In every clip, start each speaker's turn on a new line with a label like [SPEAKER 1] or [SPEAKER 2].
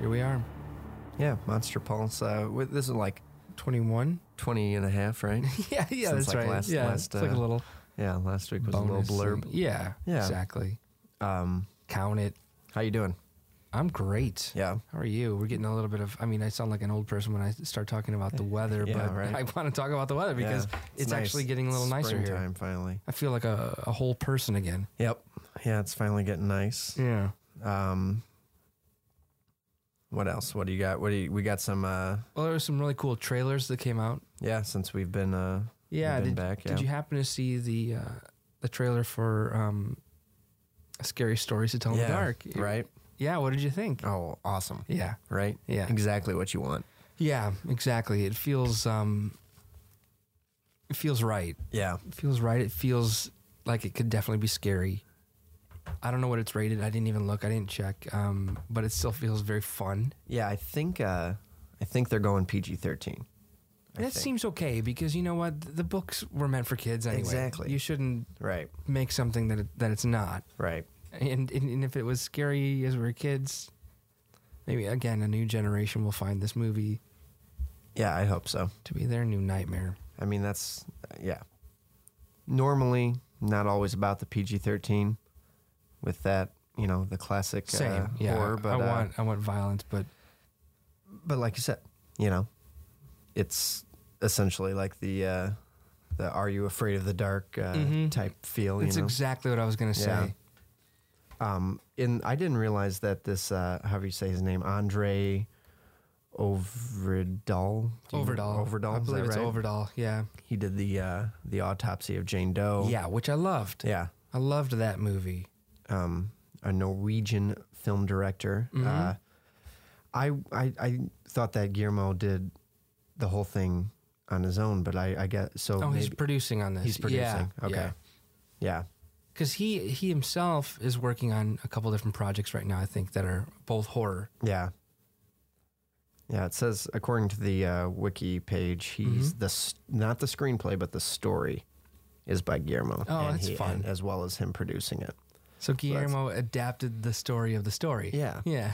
[SPEAKER 1] here we are.
[SPEAKER 2] Yeah, Monster Pulse. Uh, wi- this is like
[SPEAKER 1] 21?
[SPEAKER 2] 20 and a half, right?
[SPEAKER 1] Yeah, yeah,
[SPEAKER 2] Since,
[SPEAKER 1] that's
[SPEAKER 2] like,
[SPEAKER 1] right.
[SPEAKER 2] last-
[SPEAKER 1] yeah,
[SPEAKER 2] last,
[SPEAKER 1] it's like
[SPEAKER 2] uh,
[SPEAKER 1] a little
[SPEAKER 2] yeah, last week was
[SPEAKER 1] bonus
[SPEAKER 2] a little
[SPEAKER 1] thing.
[SPEAKER 2] blurb.
[SPEAKER 1] Yeah,
[SPEAKER 2] Yeah.
[SPEAKER 1] exactly.
[SPEAKER 2] Um,
[SPEAKER 1] Count it.
[SPEAKER 2] how you doing?
[SPEAKER 1] I'm great.
[SPEAKER 2] Yeah.
[SPEAKER 1] How are you? We're getting a little bit of. I mean, I sound like an old person when I start talking about the weather,
[SPEAKER 2] Yeah,
[SPEAKER 1] but
[SPEAKER 2] right.
[SPEAKER 1] I want to talk about the weather because
[SPEAKER 2] Yeah,
[SPEAKER 1] it's, actually getting a little nicer here.
[SPEAKER 2] Springtime, finally.
[SPEAKER 1] I feel like a, a whole person again.
[SPEAKER 2] Yep. Yeah, it's finally getting nice.
[SPEAKER 1] Yeah.
[SPEAKER 2] Um, what else? What do you got? What do you, we got some, uh,
[SPEAKER 1] Well, there were some really cool trailers that came out.
[SPEAKER 2] yeah, since we've been, uh,
[SPEAKER 1] Yeah.
[SPEAKER 2] we've been
[SPEAKER 1] Did,
[SPEAKER 2] back.
[SPEAKER 1] did you happen to see the uh, the trailer for um, Scary Stories to Tell in
[SPEAKER 2] yeah,
[SPEAKER 1] the Dark?
[SPEAKER 2] Right?
[SPEAKER 1] Yeah. What did you think?
[SPEAKER 2] Oh, awesome.
[SPEAKER 1] Yeah.
[SPEAKER 2] Right?
[SPEAKER 1] Yeah.
[SPEAKER 2] Exactly what you want.
[SPEAKER 1] Yeah. Exactly. It feels. Um, it feels right.
[SPEAKER 2] Yeah.
[SPEAKER 1] It feels right. It feels like it could definitely be scary. I don't know what it's rated. I didn't even look. I didn't check. Um, but it still feels very fun.
[SPEAKER 2] Yeah, I think, uh, I think they're going PG 13.
[SPEAKER 1] that seems okay because you know what? The books were meant for kids anyway.
[SPEAKER 2] Exactly.
[SPEAKER 1] You shouldn't
[SPEAKER 2] Right.
[SPEAKER 1] make something that it, that it's not.
[SPEAKER 2] Right.
[SPEAKER 1] And, and and if it was scary as we were kids, maybe again a new generation will find this movie
[SPEAKER 2] Yeah, I hope so.
[SPEAKER 1] to be their new nightmare.
[SPEAKER 2] I mean, that's yeah. Normally, not always about the PG thirteen. With that, you know, the classic
[SPEAKER 1] Same.
[SPEAKER 2] uh,
[SPEAKER 1] yeah.
[SPEAKER 2] horror, but
[SPEAKER 1] I
[SPEAKER 2] uh,
[SPEAKER 1] want I want violence, but
[SPEAKER 2] but like you said, you know, it's essentially like the uh, the Are You Afraid of the Dark uh,
[SPEAKER 1] Mhm.
[SPEAKER 2] type feel. You
[SPEAKER 1] that's
[SPEAKER 2] know,
[SPEAKER 1] exactly what I was gonna
[SPEAKER 2] Yeah.
[SPEAKER 1] say.
[SPEAKER 2] um, and I didn't realize that this uh, however you say his name, Andre Overdahl. Do you know-
[SPEAKER 1] Overdoll.
[SPEAKER 2] Overdahl.
[SPEAKER 1] I
[SPEAKER 2] is that
[SPEAKER 1] believe it's
[SPEAKER 2] right?
[SPEAKER 1] Overdoll. Yeah.
[SPEAKER 2] He did the uh, the autopsy of Jane Doe.
[SPEAKER 1] Yeah, which I loved.
[SPEAKER 2] Oh. Yeah.
[SPEAKER 1] I loved that movie.
[SPEAKER 2] um, a Norwegian film director.
[SPEAKER 1] Mhm.
[SPEAKER 2] Uh, I, I I thought that Guillermo did the whole thing on his own, but I, I guess so.
[SPEAKER 1] Oh, he's
[SPEAKER 2] maybe-
[SPEAKER 1] producing on this.
[SPEAKER 2] he's producing. okay, yeah.
[SPEAKER 1] Because he he himself is working on a couple different projects right now. I think that are both horror.
[SPEAKER 2] yeah, Yeah, It says according to the uh, wiki page, he's
[SPEAKER 1] Mm-hmm.
[SPEAKER 2] the s not the screenplay, but the story is by Guillermo.
[SPEAKER 1] Oh,
[SPEAKER 2] and
[SPEAKER 1] that's
[SPEAKER 2] he-
[SPEAKER 1] fun.
[SPEAKER 2] and- as well as him producing it.
[SPEAKER 1] So Guillermo adapted the story of the story.
[SPEAKER 2] Yeah.
[SPEAKER 1] Yeah.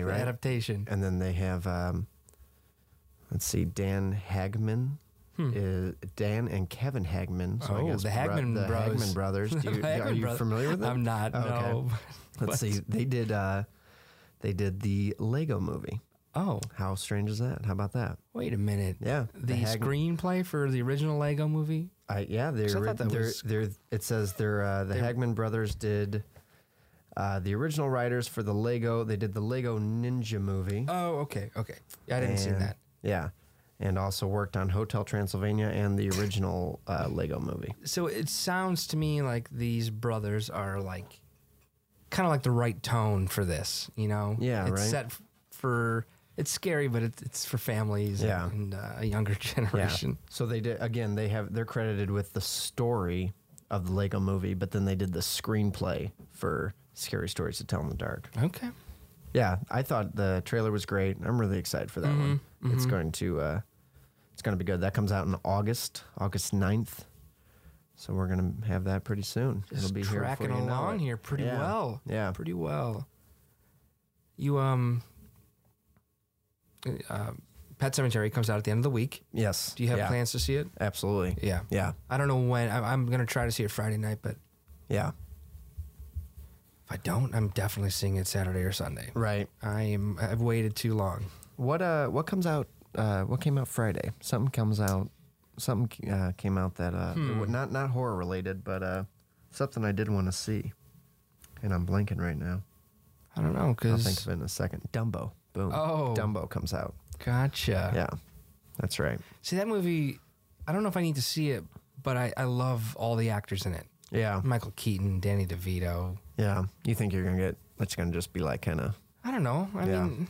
[SPEAKER 1] The
[SPEAKER 2] right?
[SPEAKER 1] Adaptation.
[SPEAKER 2] And then they have, um, let's see, Dan Hagman.
[SPEAKER 1] Hmm.
[SPEAKER 2] Is Dan and Kevin Hagman. So I
[SPEAKER 1] Oh,
[SPEAKER 2] guess
[SPEAKER 1] the Hagman
[SPEAKER 2] the
[SPEAKER 1] bros.
[SPEAKER 2] Hagman brothers. Do you,
[SPEAKER 1] The
[SPEAKER 2] are
[SPEAKER 1] Hagman
[SPEAKER 2] you
[SPEAKER 1] brothers.
[SPEAKER 2] familiar with them?
[SPEAKER 1] I'm not.
[SPEAKER 2] Oh,
[SPEAKER 1] no.
[SPEAKER 2] Let's
[SPEAKER 1] But-
[SPEAKER 2] see. They did. Uh, they did the Lego Movie.
[SPEAKER 1] Oh,
[SPEAKER 2] How strange is that? How about that?
[SPEAKER 1] wait a minute.
[SPEAKER 2] Yeah.
[SPEAKER 1] The
[SPEAKER 2] Hag-
[SPEAKER 1] screenplay for the original Lego movie.
[SPEAKER 2] I, yeah, they're,
[SPEAKER 1] 'Cause I thought that
[SPEAKER 2] they're,
[SPEAKER 1] was-
[SPEAKER 2] they're, it says they're, uh, the Hagman brothers did uh, the original writers for the Lego. They did the Lego Ninja movie.
[SPEAKER 1] Oh, okay, okay. Yeah, I didn't see
[SPEAKER 2] and-
[SPEAKER 1] that.
[SPEAKER 2] Yeah, and also worked on Hotel Transylvania and the original uh, Lego movie.
[SPEAKER 1] So it sounds to me like these brothers are like kind of like the right tone for this, you know?
[SPEAKER 2] Yeah,
[SPEAKER 1] it's
[SPEAKER 2] right.
[SPEAKER 1] set f- for it's scary, but it's it's for families
[SPEAKER 2] Yeah.
[SPEAKER 1] and, and uh, a younger generation.
[SPEAKER 2] So they did again. They have they're credited with the story of the Lego movie, but then they did the screenplay for Scary Stories to Tell in the Dark.
[SPEAKER 1] Okay.
[SPEAKER 2] Yeah, I thought the trailer was great. I'm really excited for that
[SPEAKER 1] Mm-hmm.
[SPEAKER 2] one. It's going to uh, it's going to be good. That comes out in August, August 9th. So we're gonna have that pretty soon.
[SPEAKER 1] Just
[SPEAKER 2] It'll be here
[SPEAKER 1] tracking
[SPEAKER 2] before you know
[SPEAKER 1] along
[SPEAKER 2] it.
[SPEAKER 1] here pretty
[SPEAKER 2] Yeah.
[SPEAKER 1] well.
[SPEAKER 2] Yeah.
[SPEAKER 1] Pretty well. You um uh, Pet Cemetery comes out at the end of the week.
[SPEAKER 2] Yes.
[SPEAKER 1] Do you have
[SPEAKER 2] Yeah.
[SPEAKER 1] plans to see it?
[SPEAKER 2] Absolutely.
[SPEAKER 1] Yeah.
[SPEAKER 2] Yeah.
[SPEAKER 1] I don't know when. I'm, I'm going to try to see it Friday night, but
[SPEAKER 2] Yeah.
[SPEAKER 1] if I don't, I'm definitely seeing it Saturday or Sunday.
[SPEAKER 2] Right.
[SPEAKER 1] I am. I've waited too long.
[SPEAKER 2] What uh what comes out uh what came out Friday? Something comes out something uh, came out that uh w- not not horror related, but uh something I did want to see. And I'm blanking right now.
[SPEAKER 1] I don't know
[SPEAKER 2] I'll think
[SPEAKER 1] because
[SPEAKER 2] of it in a second. Dumbo. Boom.
[SPEAKER 1] Oh. Ah.
[SPEAKER 2] Dumbo comes out.
[SPEAKER 1] gotcha.
[SPEAKER 2] Yeah. That's right.
[SPEAKER 1] See that movie. I don't know if I need to see it, but I, I love all the actors in it.
[SPEAKER 2] Yeah.
[SPEAKER 1] Michael Keaton, Danny DeVito.
[SPEAKER 2] Yeah. You think you're going to get it's going to just be like kind of
[SPEAKER 1] I don't know. I
[SPEAKER 2] Yeah.
[SPEAKER 1] mean,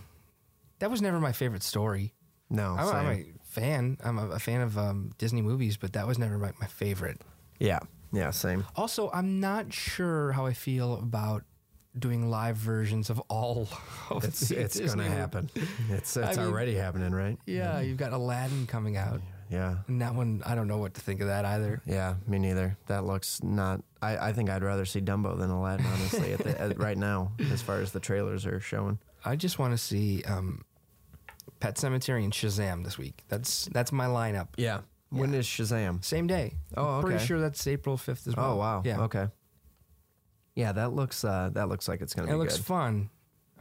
[SPEAKER 1] that was never my favorite story.
[SPEAKER 2] no.
[SPEAKER 1] I'm, I'm
[SPEAKER 2] same.
[SPEAKER 1] a fan. I'm a, a fan of um, Disney movies, but that was never my, my favorite.
[SPEAKER 2] Yeah. Yeah, same.
[SPEAKER 1] Also, I'm not sure how I feel about doing live versions of all of
[SPEAKER 2] It's
[SPEAKER 1] the
[SPEAKER 2] it's going
[SPEAKER 1] Disney
[SPEAKER 2] to
[SPEAKER 1] movies.
[SPEAKER 2] happen. It's it's
[SPEAKER 1] I mean-
[SPEAKER 2] already happening, right?
[SPEAKER 1] Yeah, you've got Aladdin coming out.
[SPEAKER 2] Yeah.
[SPEAKER 1] And that one, I don't know what to think of that either.
[SPEAKER 2] Yeah, me neither. That looks not. I, I think I'd rather see Dumbo than Aladdin, honestly, at the, at, right now, as far as the trailers are showing.
[SPEAKER 1] I just want to see um, Pet Cemetery and Shazam this week. That's that's my lineup.
[SPEAKER 2] Yeah. When
[SPEAKER 1] Yeah.
[SPEAKER 2] is Shazam?
[SPEAKER 1] Same day.
[SPEAKER 2] Oh,
[SPEAKER 1] I'm pretty
[SPEAKER 2] okay.
[SPEAKER 1] sure that's April fifth as well.
[SPEAKER 2] Oh wow.
[SPEAKER 1] Yeah.
[SPEAKER 2] Okay. Yeah, that looks uh, that looks like it's gonna
[SPEAKER 1] It
[SPEAKER 2] be
[SPEAKER 1] looks
[SPEAKER 2] good.
[SPEAKER 1] fun.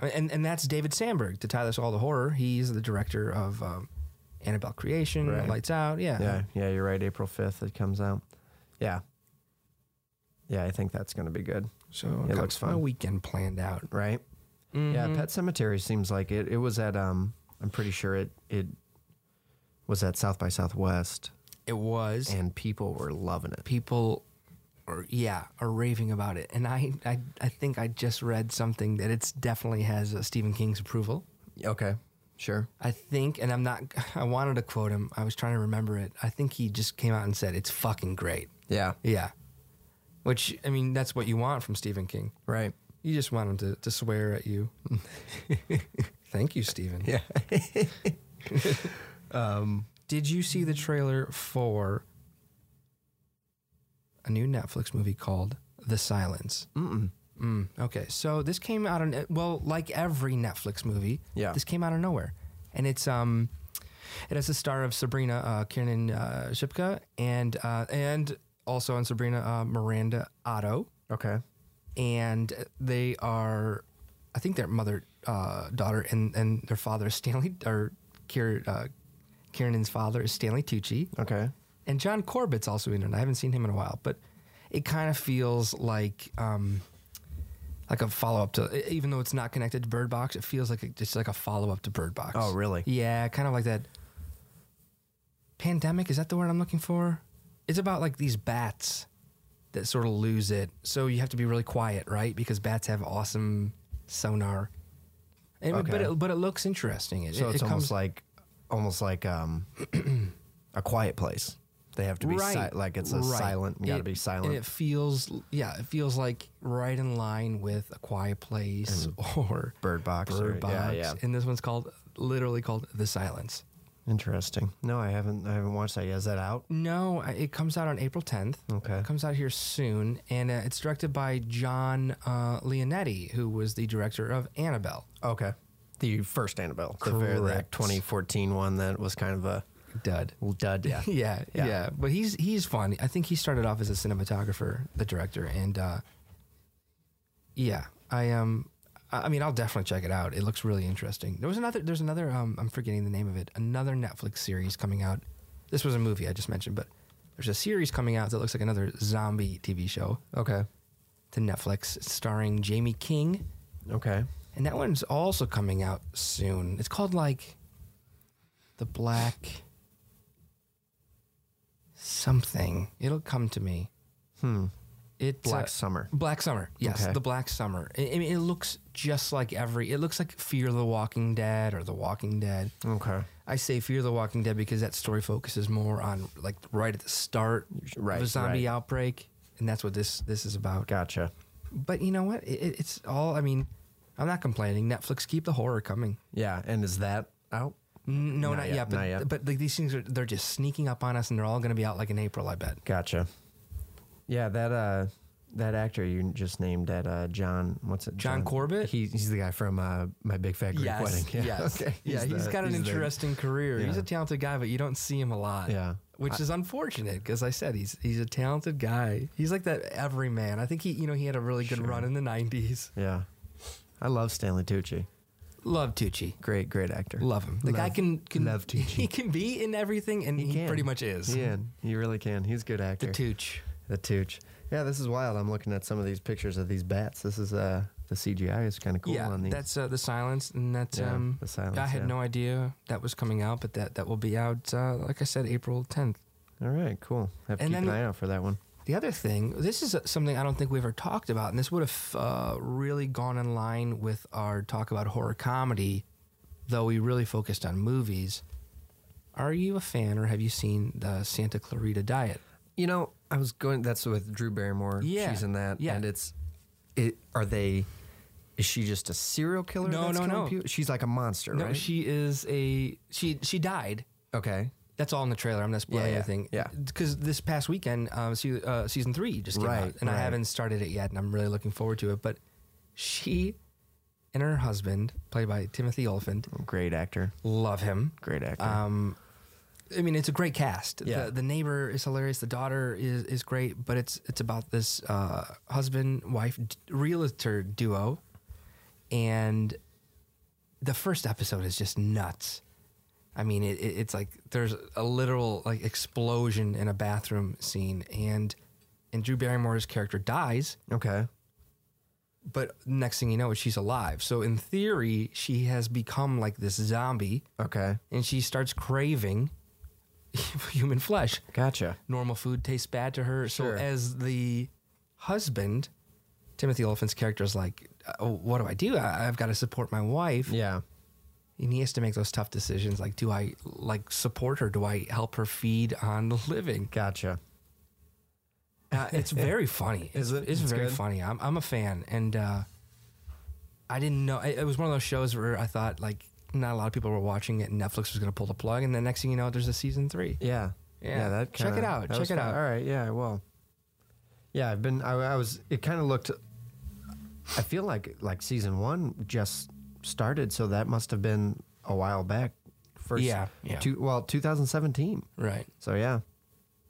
[SPEAKER 1] I- And and that's David Sandberg to tie this all to horror. He's the director of um, Annabelle Creation,
[SPEAKER 2] Right.
[SPEAKER 1] Lights Out. Yeah.
[SPEAKER 2] yeah, yeah, you're right. April fifth it comes out. Yeah. Yeah, I think that's gonna be good.
[SPEAKER 1] So
[SPEAKER 2] It
[SPEAKER 1] got
[SPEAKER 2] looks
[SPEAKER 1] my
[SPEAKER 2] fun.
[SPEAKER 1] weekend planned out.
[SPEAKER 2] Right? Yeah,
[SPEAKER 1] Mhm.
[SPEAKER 2] Pet Cemetery seems like it. It was at um I'm pretty sure it it was at South by Southwest
[SPEAKER 1] It was.
[SPEAKER 2] and people were loving it.
[SPEAKER 1] people are yeah are raving about it and I, I i think i just read something that it's definitely has uh, stephen king's approval
[SPEAKER 2] Okay. Sure.
[SPEAKER 1] i think and i'm not i wanted to quote him i was trying to remember it i think he just came out and said it's fucking great
[SPEAKER 2] Yeah.
[SPEAKER 1] yeah which i mean that's what you want from stephen king
[SPEAKER 2] Right.
[SPEAKER 1] you just want him to, to swear at you thank you stephen
[SPEAKER 2] Yeah.
[SPEAKER 1] Um, did you see the trailer for a new netflix movie called the silence
[SPEAKER 2] Mm-mm.
[SPEAKER 1] Mm, okay, so this came out on well, like every Netflix movie.
[SPEAKER 2] Yeah.
[SPEAKER 1] this came out of nowhere, and it's um, it has the star of Sabrina uh, Kiernan uh, Shipka and uh, and also on Sabrina uh, Miranda Otto,
[SPEAKER 2] Okay.
[SPEAKER 1] and they are, I think their mother, uh, daughter, and and their father is Stanley or Kier, uh, Kiernan's father is Stanley Tucci.
[SPEAKER 2] Okay.
[SPEAKER 1] And John Corbett's also in it. I haven't seen him in a while, but it kind of feels like um, like a follow up to, e, even though it's not connected to Bird Box, it feels like it- it's like a follow up to Bird Box.
[SPEAKER 2] Oh, really?
[SPEAKER 1] Yeah, kind of like that. Pandemic is that the word I'm looking for? It's about like these bats that sort of lose it. So you have to be really quiet, right? Because bats have awesome sonar. And, But
[SPEAKER 2] Okay.
[SPEAKER 1] it, but it looks interesting. It,
[SPEAKER 2] So
[SPEAKER 1] it
[SPEAKER 2] it's
[SPEAKER 1] comes
[SPEAKER 2] almost like, almost like um, a quiet place. They have to be si- like it's a
[SPEAKER 1] right.
[SPEAKER 2] silent. You got to
[SPEAKER 1] It-
[SPEAKER 2] be
[SPEAKER 1] And
[SPEAKER 2] silent.
[SPEAKER 1] it feels, yeah, it feels like right in line with A Quiet Place or
[SPEAKER 2] bird box. or-
[SPEAKER 1] Bird Box.
[SPEAKER 2] Yeah, yeah.
[SPEAKER 1] And this one's called, literally called The Silence.
[SPEAKER 2] Interesting. No, I haven't. I haven't watched that. yet. Is that out?
[SPEAKER 1] No, I- it comes out on April 10th.
[SPEAKER 2] Okay.
[SPEAKER 1] It comes out here soon. And uh, it's directed by John uh, Leonetti, who was the director of Annabelle.
[SPEAKER 2] Okay. The first Annabelle, the very that
[SPEAKER 1] Correct.
[SPEAKER 2] 2014 one that was kind of a
[SPEAKER 1] Dud.
[SPEAKER 2] dud. Yeah.
[SPEAKER 1] Yeah,
[SPEAKER 2] Yeah.
[SPEAKER 1] yeah, But he's he's fun. I think he started off as a cinematographer, the director, and uh, yeah, I um, I I mean, I'll definitely check it out. It looks really interesting. There was another. There's another. Um, I'm forgetting the name of it. Another Netflix series coming out. This was a movie I just mentioned, but there's a series coming out that looks like another zombie TV show
[SPEAKER 2] okay.
[SPEAKER 1] to Netflix, It's starring Jamie King,
[SPEAKER 2] Okay.
[SPEAKER 1] and that one's also coming out soon. It's called like the Black something. It'll come to me.
[SPEAKER 2] Hmm.
[SPEAKER 1] It's
[SPEAKER 2] Black
[SPEAKER 1] uh,
[SPEAKER 2] Summer.
[SPEAKER 1] Black Summer. Yes,
[SPEAKER 2] Okay.
[SPEAKER 1] the Black Summer. I, I mean, it looks just like every. It looks like Fear the Walking Dead or The Walking Dead.
[SPEAKER 2] Okay.
[SPEAKER 1] I say Fear the Walking Dead because that story focuses more on like right at the start
[SPEAKER 2] Right,
[SPEAKER 1] of a zombie
[SPEAKER 2] right.
[SPEAKER 1] outbreak, and that's what this this is about.
[SPEAKER 2] Gotcha.
[SPEAKER 1] But you know what? It- It, it's all. I mean, I'm not complaining. Netflix, keep the horror coming.
[SPEAKER 2] Yeah. And is that out?
[SPEAKER 1] N- No, not,
[SPEAKER 2] Not yet,
[SPEAKER 1] yet, But
[SPEAKER 2] not yet.
[SPEAKER 1] but like these things are they're just sneaking up on us, and they're all going to be out like in April, I bet.
[SPEAKER 2] Gotcha. Yeah, that uh, that actor you just named that uh, John. What's it?
[SPEAKER 1] John Corbett?
[SPEAKER 2] He, he's the guy from uh, My Big Fat Greek Wedding.
[SPEAKER 1] yes, yeah.
[SPEAKER 2] He's
[SPEAKER 1] he's
[SPEAKER 2] the-
[SPEAKER 1] got an
[SPEAKER 2] he's the-
[SPEAKER 1] interesting career. He's
[SPEAKER 2] yeah.
[SPEAKER 1] a talented guy, but you don't see him a lot.
[SPEAKER 2] Yeah.
[SPEAKER 1] which is unfortunate because I said he's he's a talented guy. He's like that everyman. I think he you know he had a really good run in the '90s.
[SPEAKER 2] Yeah, I love Stanley Tucci.
[SPEAKER 1] Love Tucci.
[SPEAKER 2] Great, great actor.
[SPEAKER 1] Love him. The guy
[SPEAKER 2] Love-
[SPEAKER 1] can, can
[SPEAKER 2] love Tucci.
[SPEAKER 1] He can be in everything, and he,
[SPEAKER 2] can.
[SPEAKER 1] pretty much is.
[SPEAKER 2] He can. He really can. He's a good actor.
[SPEAKER 1] The Tooch.
[SPEAKER 2] The Tooch. Yeah, this is wild. I'm looking at some of these pictures of these bats. This is uh, the CGI is kind of cool
[SPEAKER 1] yeah,
[SPEAKER 2] on these.
[SPEAKER 1] that's uh, the silence, and that's
[SPEAKER 2] Yeah,
[SPEAKER 1] um,
[SPEAKER 2] The Silence,
[SPEAKER 1] I had
[SPEAKER 2] yeah.
[SPEAKER 1] no idea that was coming out, but that that will be out. Uh, like I said, April tenth.
[SPEAKER 2] All right, cool. Have to
[SPEAKER 1] And
[SPEAKER 2] keep an
[SPEAKER 1] then-
[SPEAKER 2] eye out for that one.
[SPEAKER 1] The other thing, this is uh, something I don't think we ever talked about, and this would have uh, really gone in line with our talk about horror comedy, though we really focused on movies. Are you a fan, or have you seen the Santa Clarita Diet?
[SPEAKER 2] You know, I was going. That's with Drew Barrymore.
[SPEAKER 1] Yeah,
[SPEAKER 2] she's in that.
[SPEAKER 1] yeah.
[SPEAKER 2] and it's. It are they? Is she just a serial killer?
[SPEAKER 1] No,
[SPEAKER 2] that's
[SPEAKER 1] no,
[SPEAKER 2] killing
[SPEAKER 1] no.
[SPEAKER 2] people? She's like a monster,
[SPEAKER 1] No,
[SPEAKER 2] right?
[SPEAKER 1] she is a she. She died.
[SPEAKER 2] okay,
[SPEAKER 1] That's all in the trailer. I'm not spoiling
[SPEAKER 2] Yeah, yeah,
[SPEAKER 1] anything.
[SPEAKER 2] yeah.
[SPEAKER 1] Because this past weekend, um, se- uh, season three just came
[SPEAKER 2] Right,
[SPEAKER 1] out, and
[SPEAKER 2] right.
[SPEAKER 1] I haven't started it yet, and I'm really looking forward to it. But she and her husband, played by Timothy Oliphant.
[SPEAKER 2] Great actor.
[SPEAKER 1] Love him.
[SPEAKER 2] Great actor.
[SPEAKER 1] Um, I mean, it's a great cast.
[SPEAKER 2] Yeah.
[SPEAKER 1] The, the neighbor is hilarious. The daughter is, is great, but it's it's about this uh, husband wife d- realtor duo, and the first episode is just nuts. I mean, it, it, it's like there's a literal like explosion in a bathroom scene, and and Drew Barrymore's character dies,
[SPEAKER 2] Uh, okay.
[SPEAKER 1] but next thing you know, she's alive. So in theory, she has become like this zombie
[SPEAKER 2] Okay.
[SPEAKER 1] and she starts craving human flesh.
[SPEAKER 2] Gotcha.
[SPEAKER 1] Normal food tastes bad to her.
[SPEAKER 2] Sure.
[SPEAKER 1] So as the husband, Timothy Oliphant's character is like, oh, "What do I do? I, I've got to support my wife."
[SPEAKER 2] Yeah.
[SPEAKER 1] And he has to make those tough decisions, like, "Do I like support her? Do I help her feed on the living?"
[SPEAKER 2] Gotcha.
[SPEAKER 1] Uh, it's very funny. It's-
[SPEAKER 2] Is it?
[SPEAKER 1] It's,
[SPEAKER 2] It's
[SPEAKER 1] very
[SPEAKER 2] good?
[SPEAKER 1] funny. I'm, I'm a fan, and uh, I didn't know. It, it was one of those shows where I thought like not a lot of people were watching it. and Netflix was going to pull the plug, and then next thing you know, there's a season three.
[SPEAKER 2] Yeah.
[SPEAKER 1] Yeah.
[SPEAKER 2] that
[SPEAKER 1] Check
[SPEAKER 2] kinda,
[SPEAKER 1] it out.
[SPEAKER 2] that
[SPEAKER 1] Check
[SPEAKER 2] was
[SPEAKER 1] it
[SPEAKER 2] fun.
[SPEAKER 1] out.
[SPEAKER 2] All right. Yeah. I will. Yeah. I've been. I, I was. It kind of looked. I feel like like season one just started, so that must have been a while back. First.
[SPEAKER 1] Yeah, yeah.
[SPEAKER 2] Two, well, 2017.
[SPEAKER 1] Right.
[SPEAKER 2] So yeah,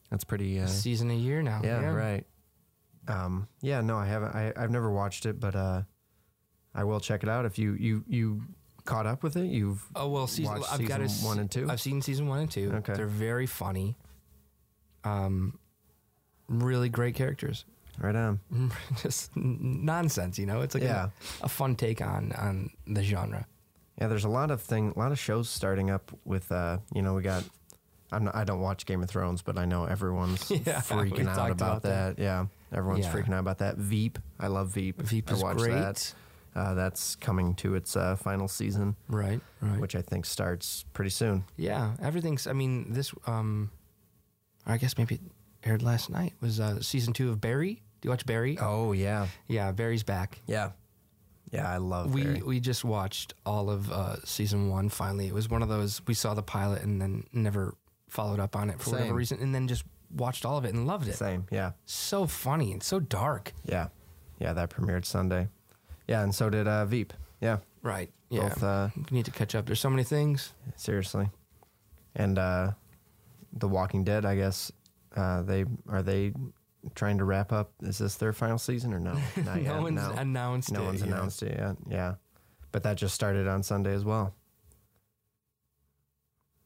[SPEAKER 2] that's pretty. Uh,
[SPEAKER 1] season a year now.
[SPEAKER 2] yeah, Right. Um. Yeah. No, I haven't. I I've never watched it, but uh, I will check it out if you you you caught up with it. You've
[SPEAKER 1] Oh well, season
[SPEAKER 2] Watch
[SPEAKER 1] I've got to
[SPEAKER 2] season one and two?
[SPEAKER 1] I've seen season one and two.
[SPEAKER 2] Okay.
[SPEAKER 1] they're very funny. Um, really great characters.
[SPEAKER 2] right on.
[SPEAKER 1] Just n- nonsense, you know. It's like a-
[SPEAKER 2] Yeah.
[SPEAKER 1] a, fun take on on the genre.
[SPEAKER 2] Yeah, there's a lot of thing, a lot of shows starting up with, uh, you know, we got. I'm not, I don't watch Game of Thrones, but I know everyone's
[SPEAKER 1] Yeah, we
[SPEAKER 2] freaking out
[SPEAKER 1] talked
[SPEAKER 2] about,
[SPEAKER 1] about
[SPEAKER 2] that.
[SPEAKER 1] that.
[SPEAKER 2] Yeah, everyone's
[SPEAKER 1] Yeah.
[SPEAKER 2] freaking out about that. Veep, I love Veep.
[SPEAKER 1] Veep
[SPEAKER 2] I
[SPEAKER 1] is
[SPEAKER 2] watched
[SPEAKER 1] great.
[SPEAKER 2] That. Uh, that's coming to its uh, final season,
[SPEAKER 1] Right. Right.
[SPEAKER 2] which I think starts pretty soon.
[SPEAKER 1] yeah, everything's. I mean, this. Um, I guess maybe it aired last night. Was uh, season two of Barry? Do you watch Barry?
[SPEAKER 2] Oh yeah,
[SPEAKER 1] Yeah, Barry's back.
[SPEAKER 2] yeah, yeah. I love.
[SPEAKER 1] we
[SPEAKER 2] Barry.
[SPEAKER 1] we just watched all of uh, season one. Finally, it was one of those we saw the pilot and then never followed up on it for
[SPEAKER 2] Same.
[SPEAKER 1] whatever reason, and then just watched all of it and loved it.
[SPEAKER 2] same. Yeah,
[SPEAKER 1] So funny and so dark.
[SPEAKER 2] yeah, yeah. That premiered Sunday. Yeah, and so did uh, Veep. Yeah,
[SPEAKER 1] Right. Yeah.
[SPEAKER 2] both. Uh,
[SPEAKER 1] We need to catch up. There's so many things.
[SPEAKER 2] Seriously. And uh The Walking Dead, I guess, uh they are they trying to wrap up is this their final season or no?
[SPEAKER 1] no
[SPEAKER 2] Not yet,
[SPEAKER 1] one's
[SPEAKER 2] no.
[SPEAKER 1] announced.
[SPEAKER 2] No
[SPEAKER 1] it
[SPEAKER 2] one's
[SPEAKER 1] yet.
[SPEAKER 2] announced it yet. Yeah. But that just started on Sunday as well.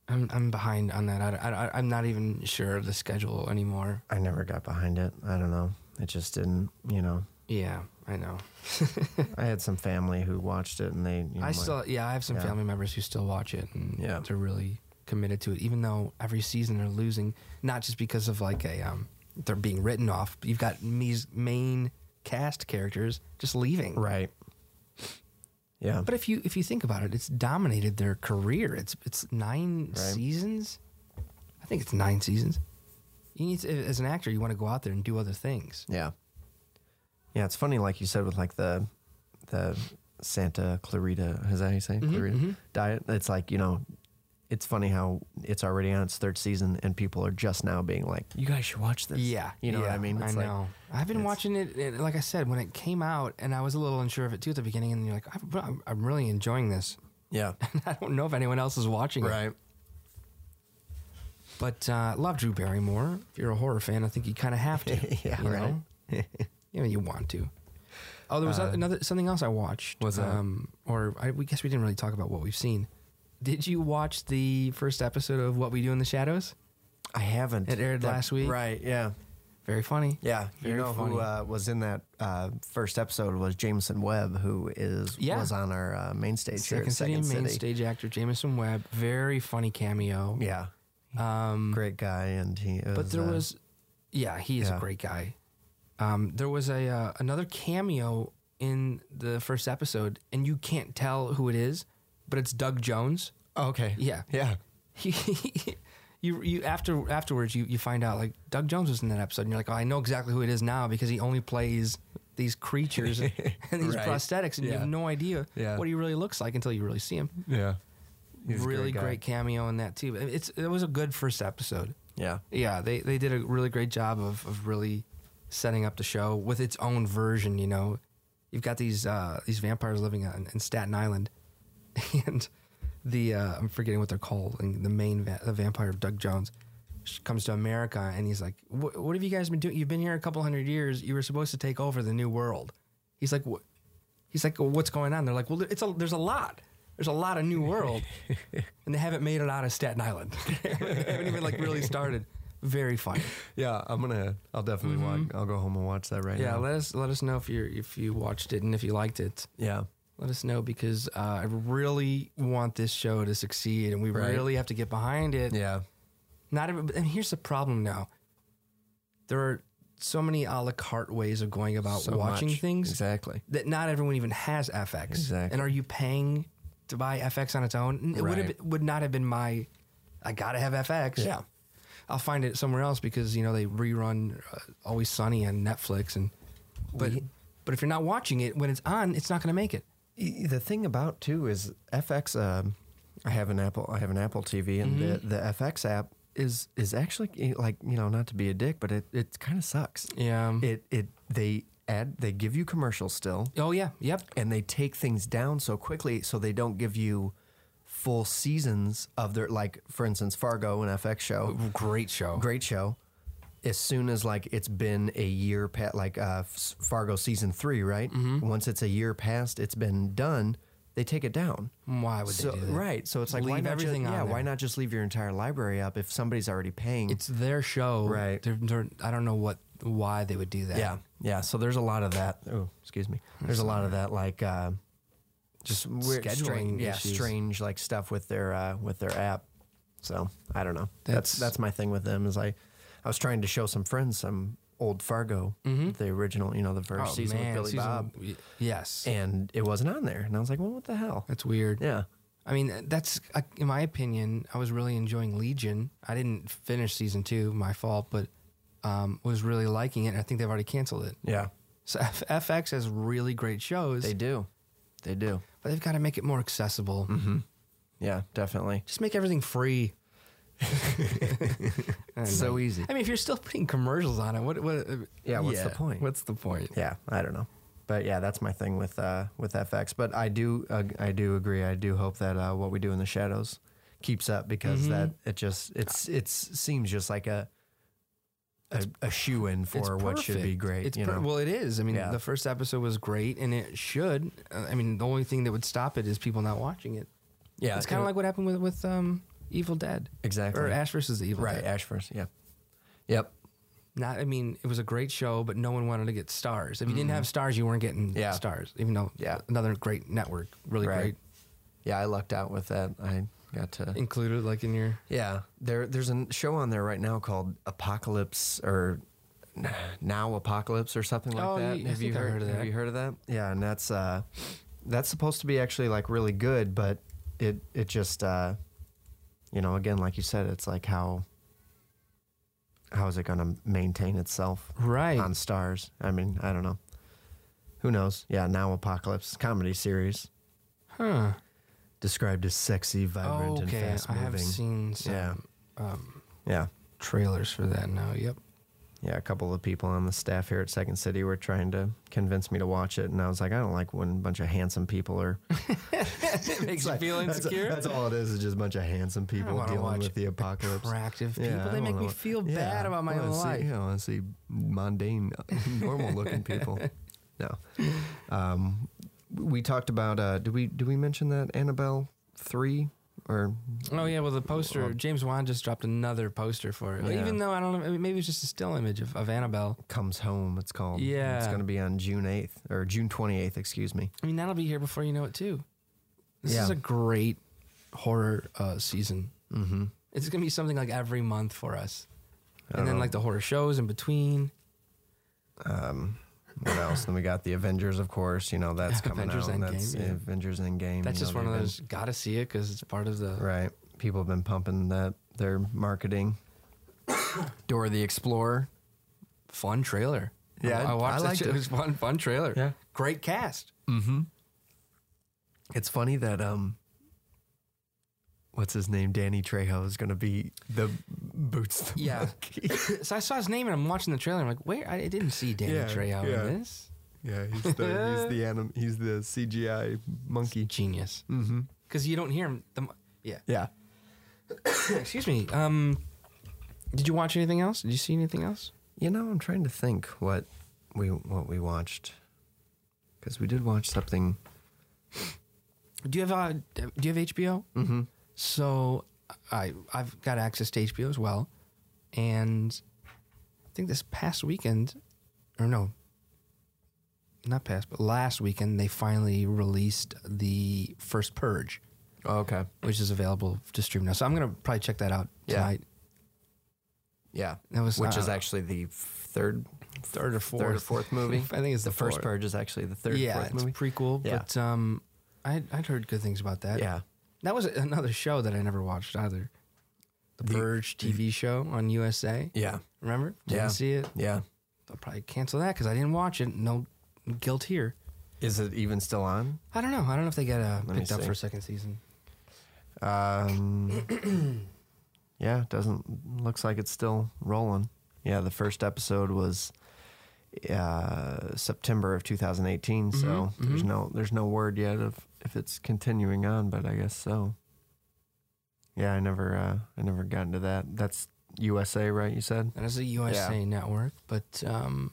[SPEAKER 1] I'm I'm behind on that. I, I, I I'm not even sure of the schedule anymore.
[SPEAKER 2] I never got behind it. I don't know. It just didn't, you know.
[SPEAKER 1] Yeah, I know.
[SPEAKER 2] I had some family who watched it and they you know,
[SPEAKER 1] I
[SPEAKER 2] like-
[SPEAKER 1] still yeah. I have some
[SPEAKER 2] Yeah.
[SPEAKER 1] family members who still watch it and
[SPEAKER 2] Yeah.
[SPEAKER 1] they're really committed to it, even though every season they're losing. Not just because of like a um, they're being written off. But you've got me's main cast characters just leaving.
[SPEAKER 2] Right. Yeah.
[SPEAKER 1] But if you if you think about it, it's dominated their career. It's it's nine seasons. I think it's nine seasons. You need to, as an actor, you want to go out there and do other things.
[SPEAKER 2] Yeah. Yeah, it's funny, like you said, with like the the Santa Clarita, is that how you say
[SPEAKER 1] Mm-hmm,
[SPEAKER 2] Clarita diet? It's like, you know, it's funny how it's already on its third season and people are just now being like, You guys should watch this.
[SPEAKER 1] Yeah,
[SPEAKER 2] You know what I
[SPEAKER 1] yeah,
[SPEAKER 2] mean? It's
[SPEAKER 1] I
[SPEAKER 2] like
[SPEAKER 1] know. I've been
[SPEAKER 2] it's-
[SPEAKER 1] watching it, and like I said, when it came out, and I was a little unsure of it too at the beginning. And you're like, I'm- I'm, I'm really enjoying this.
[SPEAKER 2] Yeah.
[SPEAKER 1] I don't know if anyone else is watching it,
[SPEAKER 2] right.
[SPEAKER 1] but uh, love Drew Barrymore. If you're a horror fan, I think you kind of have to.
[SPEAKER 2] Yeah,
[SPEAKER 1] you
[SPEAKER 2] right. Uh,
[SPEAKER 1] Know? you know, you want to. Oh, there was another something else I watched. um,
[SPEAKER 2] What's that?
[SPEAKER 1] or I, we guess we didn't really talk about what we've seen. Did you watch the first episode of What We Do in the Shadows?
[SPEAKER 2] I haven't.
[SPEAKER 1] It aired last week.
[SPEAKER 2] Right, yeah.
[SPEAKER 1] Very funny.
[SPEAKER 2] Yeah.
[SPEAKER 1] Very
[SPEAKER 2] you know who
[SPEAKER 1] funny.
[SPEAKER 2] uh, was in that uh, first episode was Jameson Webb, who is
[SPEAKER 1] Yeah.
[SPEAKER 2] was on our uh, main stage here
[SPEAKER 1] Second
[SPEAKER 2] at
[SPEAKER 1] City
[SPEAKER 2] Second
[SPEAKER 1] main
[SPEAKER 2] City.
[SPEAKER 1] stage actor Jameson Webb. Very funny cameo.
[SPEAKER 2] Yeah.
[SPEAKER 1] Um,
[SPEAKER 2] Great guy and he
[SPEAKER 1] but there
[SPEAKER 2] uh,
[SPEAKER 1] was, yeah, he is
[SPEAKER 2] yeah.
[SPEAKER 1] a great guy. Um, there was a uh, another cameo in the first episode, and you can't tell who it is, but it's Doug Jones.
[SPEAKER 2] Oh, Okay.
[SPEAKER 1] Yeah.
[SPEAKER 2] Yeah.
[SPEAKER 1] He- you you after afterwards you you find out like Doug Jones was in that episode, and you're like, oh, I know exactly who it is now because he only plays these creatures and these
[SPEAKER 2] Right.
[SPEAKER 1] prosthetics, and you
[SPEAKER 2] Yeah.
[SPEAKER 1] have no idea
[SPEAKER 2] Yeah.
[SPEAKER 1] what he really looks like until you really see him.
[SPEAKER 2] Yeah.
[SPEAKER 1] really great cameo in that too. It's it was a good first episode.
[SPEAKER 2] Yeah.
[SPEAKER 1] Yeah, they, they did a really great job of, of really setting up the show with its own version, you know. you've got these uh, these vampires living on, in Staten Island, and the uh, I'm forgetting what they're called. And the main va- the vampire Doug Jones sh- comes to America and he's like, "Wh- "What have you guys been doing? You've been here a couple hundred years. You were supposed to take over the new world." He's like, "What?" He's like, well, "What's going on?" They're like, "Well, it's a, there's a lot." There's a lot of new world, and they haven't made it out of Staten Island. they haven't even like really started. Very funny.
[SPEAKER 2] Yeah, I'm gonna. I'll definitely watch. I'll go home and watch that right
[SPEAKER 1] Mm-hmm. Yeah,
[SPEAKER 2] now.
[SPEAKER 1] let us let us know if you if you watched it and if you liked it.
[SPEAKER 2] yeah.
[SPEAKER 1] Let us know because uh, I really want this show to succeed, and we
[SPEAKER 2] Right.
[SPEAKER 1] really have to get behind it.
[SPEAKER 2] Yeah.
[SPEAKER 1] Not every, and here's the problem now. There are so many a la carte ways of going about
[SPEAKER 2] So
[SPEAKER 1] watching
[SPEAKER 2] much.
[SPEAKER 1] things
[SPEAKER 2] Exactly.
[SPEAKER 1] that not everyone even has FX.
[SPEAKER 2] Exactly.
[SPEAKER 1] And are you paying to buy FX on its own? N- It would have
[SPEAKER 2] Right.
[SPEAKER 1] been- would not have been my. I gotta have FX.
[SPEAKER 2] Yeah.
[SPEAKER 1] I'll find it somewhere else because you know they rerun uh, Always Sunny on Netflix, and but but if you're not watching it when it's on, it's not gonna make it.
[SPEAKER 2] E- The thing about too is FX. Um, I have an Apple. I have an Apple TV, and the,
[SPEAKER 1] Mm-hmm.
[SPEAKER 2] the FX app is is actually eh, like you know not to be a dick, but it it kind of sucks.
[SPEAKER 1] Yeah.
[SPEAKER 2] It it they add they give you commercials still,
[SPEAKER 1] oh yeah. Yep.
[SPEAKER 2] and they take things down so quickly so they don't give you full seasons of their like for instance Fargo an FX show.
[SPEAKER 1] Great show.
[SPEAKER 2] great show. As soon as like it's been a year past, like uh, F- Fargo season three, right?
[SPEAKER 1] Mm-hmm.
[SPEAKER 2] Once it's a year past, it's been done. They take it down.
[SPEAKER 1] Why would
[SPEAKER 2] So
[SPEAKER 1] they do that?
[SPEAKER 2] right, so it's like why
[SPEAKER 1] Leave
[SPEAKER 2] not
[SPEAKER 1] everything
[SPEAKER 2] just,
[SPEAKER 1] on
[SPEAKER 2] Yeah,
[SPEAKER 1] there.
[SPEAKER 2] why not just leave your entire library up if somebody's already paying?
[SPEAKER 1] It's their show.
[SPEAKER 2] Right.
[SPEAKER 1] They're- they're- I don't know what why they would do that.
[SPEAKER 2] yeah, yeah. So there's a lot of that. Oh, excuse me. There's a lot of that, like uh, just weird,
[SPEAKER 1] scheduling
[SPEAKER 2] strange, yeah,
[SPEAKER 1] issues.
[SPEAKER 2] strange like stuff with their uh, with their app. So I don't know. That's
[SPEAKER 1] That's-
[SPEAKER 2] that's, my thing with them is I, I was trying to show some friends some old Fargo, the original, you know, the first
[SPEAKER 1] Oh,
[SPEAKER 2] Mm-hmm. season
[SPEAKER 1] man,
[SPEAKER 2] with Billy
[SPEAKER 1] season-
[SPEAKER 2] Bob,
[SPEAKER 1] y- Yes.
[SPEAKER 2] and it wasn't on there, and I was like, well, what the hell?
[SPEAKER 1] That's weird.
[SPEAKER 2] Yeah,
[SPEAKER 1] I mean, that's uh, in my opinion. I was really enjoying Legion. I didn't finish season two, my fault, but um, was really liking it. And I think they've already canceled it.
[SPEAKER 2] yeah,
[SPEAKER 1] So F- FX has really great shows,
[SPEAKER 2] they do, they do.
[SPEAKER 1] but they've got to make it more accessible.
[SPEAKER 2] Mm-hmm. Yeah, definitely.
[SPEAKER 1] Just make everything free. I don't know.
[SPEAKER 2] So easy.
[SPEAKER 1] I mean, if you're still putting commercials on it, what? what uh,
[SPEAKER 2] Yeah, what's the point?
[SPEAKER 1] What's the point?
[SPEAKER 2] yeah, I don't know. But yeah, that's my thing with uh, with FX. But I do ag I do agree. I do hope that uh, what we do in the shadows keeps up because
[SPEAKER 1] Mm-hmm.
[SPEAKER 2] that it just it's it seems just like a a, a shoe in for what should be
[SPEAKER 1] perfect.
[SPEAKER 2] great.
[SPEAKER 1] It's
[SPEAKER 2] you
[SPEAKER 1] per-
[SPEAKER 2] know?
[SPEAKER 1] well, it is. I mean,
[SPEAKER 2] Yeah.
[SPEAKER 1] the first episode was great, and it should. Uh, I mean, the only thing that would stop it is people not watching it.
[SPEAKER 2] yeah,
[SPEAKER 1] it's kind of
[SPEAKER 2] it-
[SPEAKER 1] like what happened with with um, Evil Dead
[SPEAKER 2] exactly
[SPEAKER 1] or Ash versus the Evil
[SPEAKER 2] right.
[SPEAKER 1] Dead.
[SPEAKER 2] Ash first, yeah, yep,
[SPEAKER 1] Not, I mean, it was a great show, but no one wanted to get stars. If you didn't have stars, you weren't getting
[SPEAKER 2] Mm. Yeah.
[SPEAKER 1] stars. Even though
[SPEAKER 2] Yeah.
[SPEAKER 1] another great network, really
[SPEAKER 2] Right.
[SPEAKER 1] great,
[SPEAKER 2] yeah. I lucked out with that. I got to
[SPEAKER 1] included like in your
[SPEAKER 2] Yeah, there there's a n- show on there right now called Apocalypse or n- Now Apocalypse or something like
[SPEAKER 1] Oh,
[SPEAKER 2] that.
[SPEAKER 1] yeah, I think I heard of
[SPEAKER 2] Have
[SPEAKER 1] that.
[SPEAKER 2] you heard of that? Yeah, and that's uh, that's supposed to be actually like really good, but it it just uh, you know again like you said, it's like how how is it going to maintain itself
[SPEAKER 1] right.
[SPEAKER 2] on stars? I mean, I don't know. Who knows? Yeah, Now Apocalypse comedy series
[SPEAKER 1] huh?
[SPEAKER 2] described as sexy, vibrant,
[SPEAKER 1] Oh, okay,
[SPEAKER 2] and fast
[SPEAKER 1] I
[SPEAKER 2] moving.
[SPEAKER 1] have seen some
[SPEAKER 2] Yeah.
[SPEAKER 1] um,
[SPEAKER 2] yeah.
[SPEAKER 1] trailers for that now. Yep.
[SPEAKER 2] Yeah, a couple of people on the staff here at Second City were trying to convince me to watch it, and I was like, I don't like when a bunch of handsome people are.
[SPEAKER 1] it makes you feel
[SPEAKER 2] that's, that's all it is, is just a bunch of handsome
[SPEAKER 1] don't
[SPEAKER 2] people
[SPEAKER 1] wanna
[SPEAKER 2] dealing
[SPEAKER 1] watch
[SPEAKER 2] with the apocalypse.
[SPEAKER 1] attractive
[SPEAKER 2] Yeah, I
[SPEAKER 1] people. They
[SPEAKER 2] don't
[SPEAKER 1] make me
[SPEAKER 2] wanna-
[SPEAKER 1] feel
[SPEAKER 2] yeah,
[SPEAKER 1] bad about my
[SPEAKER 2] I wanna
[SPEAKER 1] own
[SPEAKER 2] see-
[SPEAKER 1] life.
[SPEAKER 2] Yeah, I want to see mundane, normal-looking people. No, um, we talked about. Uh, do we do we mention that Annabelle three or
[SPEAKER 1] Oh yeah, well the poster. James Wan just dropped another poster for it.
[SPEAKER 2] Yeah.
[SPEAKER 1] Even though I don't know, maybe it's just a still image of, of Annabelle.
[SPEAKER 2] comes home? It's called. it's
[SPEAKER 1] Yeah.
[SPEAKER 2] going to be on June eighth or June twenty eighth. Excuse me.
[SPEAKER 1] I mean, that'll be here before you know it too. This is
[SPEAKER 2] Yeah.
[SPEAKER 1] a great horror uh, season.
[SPEAKER 2] Mm-hmm.
[SPEAKER 1] It's gonna be something like every month for us,
[SPEAKER 2] don't
[SPEAKER 1] and then
[SPEAKER 2] know.
[SPEAKER 1] like the horror shows in between.
[SPEAKER 2] Um, what else? then we got the Avengers, of course. You know that's coming
[SPEAKER 1] Avengers
[SPEAKER 2] out.
[SPEAKER 1] Endgame,
[SPEAKER 2] that's
[SPEAKER 1] yeah.
[SPEAKER 2] Avengers Endgame.
[SPEAKER 1] That's
[SPEAKER 2] you
[SPEAKER 1] just
[SPEAKER 2] know,
[SPEAKER 1] one of
[SPEAKER 2] they've
[SPEAKER 1] those. Gotta see it because it's part of the.
[SPEAKER 2] been- right. People have been pumping that their marketing. Dora the Explorer.
[SPEAKER 1] fun trailer.
[SPEAKER 2] Yeah,
[SPEAKER 1] I, I watched
[SPEAKER 2] I
[SPEAKER 1] that
[SPEAKER 2] liked
[SPEAKER 1] shit.
[SPEAKER 2] it.
[SPEAKER 1] It was fun, fun trailer.
[SPEAKER 2] Yeah.
[SPEAKER 1] great cast.
[SPEAKER 2] Mm-hmm. It's funny that um. What's his name? Danny Trejo is going to be the boots. The
[SPEAKER 1] Yeah.
[SPEAKER 2] monkey.
[SPEAKER 1] so I saw his name and I'm watching the trailer. I'm like, where? I didn't see Danny
[SPEAKER 2] Yeah,
[SPEAKER 1] Trejo
[SPEAKER 2] yeah.
[SPEAKER 1] in this.
[SPEAKER 2] Yeah, he's the he's the anim, he's the CGI monkey.
[SPEAKER 1] Genius.
[SPEAKER 2] Mm.
[SPEAKER 1] Mm-hmm. Because you don't hear him. The, mo- yeah.
[SPEAKER 2] Yeah.
[SPEAKER 1] Excuse me. Um, did you watch anything else? Did you see anything else?
[SPEAKER 2] You know, I'm trying to think what we what we watched because we did watch something.
[SPEAKER 1] Do you have uh, do you have HBO? Mm-hmm. So I I've got access to HBO as well, and I think this past weekend, or no, not past, but last weekend they finally released the first Purge,
[SPEAKER 2] Oh, okay.
[SPEAKER 1] which is available to stream now. So I'm gonna probably check that out
[SPEAKER 2] Yeah.
[SPEAKER 1] tonight.
[SPEAKER 2] Yeah.
[SPEAKER 1] That was,
[SPEAKER 2] which
[SPEAKER 1] uh,
[SPEAKER 2] is actually the third
[SPEAKER 1] Third or
[SPEAKER 2] third or
[SPEAKER 1] fourth.
[SPEAKER 2] fourth movie.
[SPEAKER 1] I think it's
[SPEAKER 2] the
[SPEAKER 1] the
[SPEAKER 2] first
[SPEAKER 1] fourth.
[SPEAKER 2] purge is actually the third or
[SPEAKER 1] yeah,
[SPEAKER 2] fourth
[SPEAKER 1] it's
[SPEAKER 2] movie.
[SPEAKER 1] prequel.
[SPEAKER 2] Yeah.
[SPEAKER 1] But um, I I'd heard good things about that.
[SPEAKER 2] yeah.
[SPEAKER 1] That was another show that I never watched either. The,
[SPEAKER 2] The-
[SPEAKER 1] Purge TV show on USA.
[SPEAKER 2] Yeah.
[SPEAKER 1] Remember? Didn't
[SPEAKER 2] Yeah.
[SPEAKER 1] see it.
[SPEAKER 2] Yeah.
[SPEAKER 1] I'll probably cancel that because I didn't watch it. No guilt here.
[SPEAKER 2] Is it even still on?
[SPEAKER 1] I don't know. I don't know if they got uh,
[SPEAKER 2] Let me
[SPEAKER 1] picked up
[SPEAKER 2] see.
[SPEAKER 1] for a second season.
[SPEAKER 2] Um, yeah, it doesn't looks like it's still rolling. Yeah, the first episode was uh, September of 2018,
[SPEAKER 1] Mm-hmm,
[SPEAKER 2] so there's no there's no word yet of if it's continuing on, but I guess so. Yeah, I never uh, I never got into that. That's USA, right? You said.
[SPEAKER 1] And it's a USA
[SPEAKER 2] Yeah.
[SPEAKER 1] network, but um,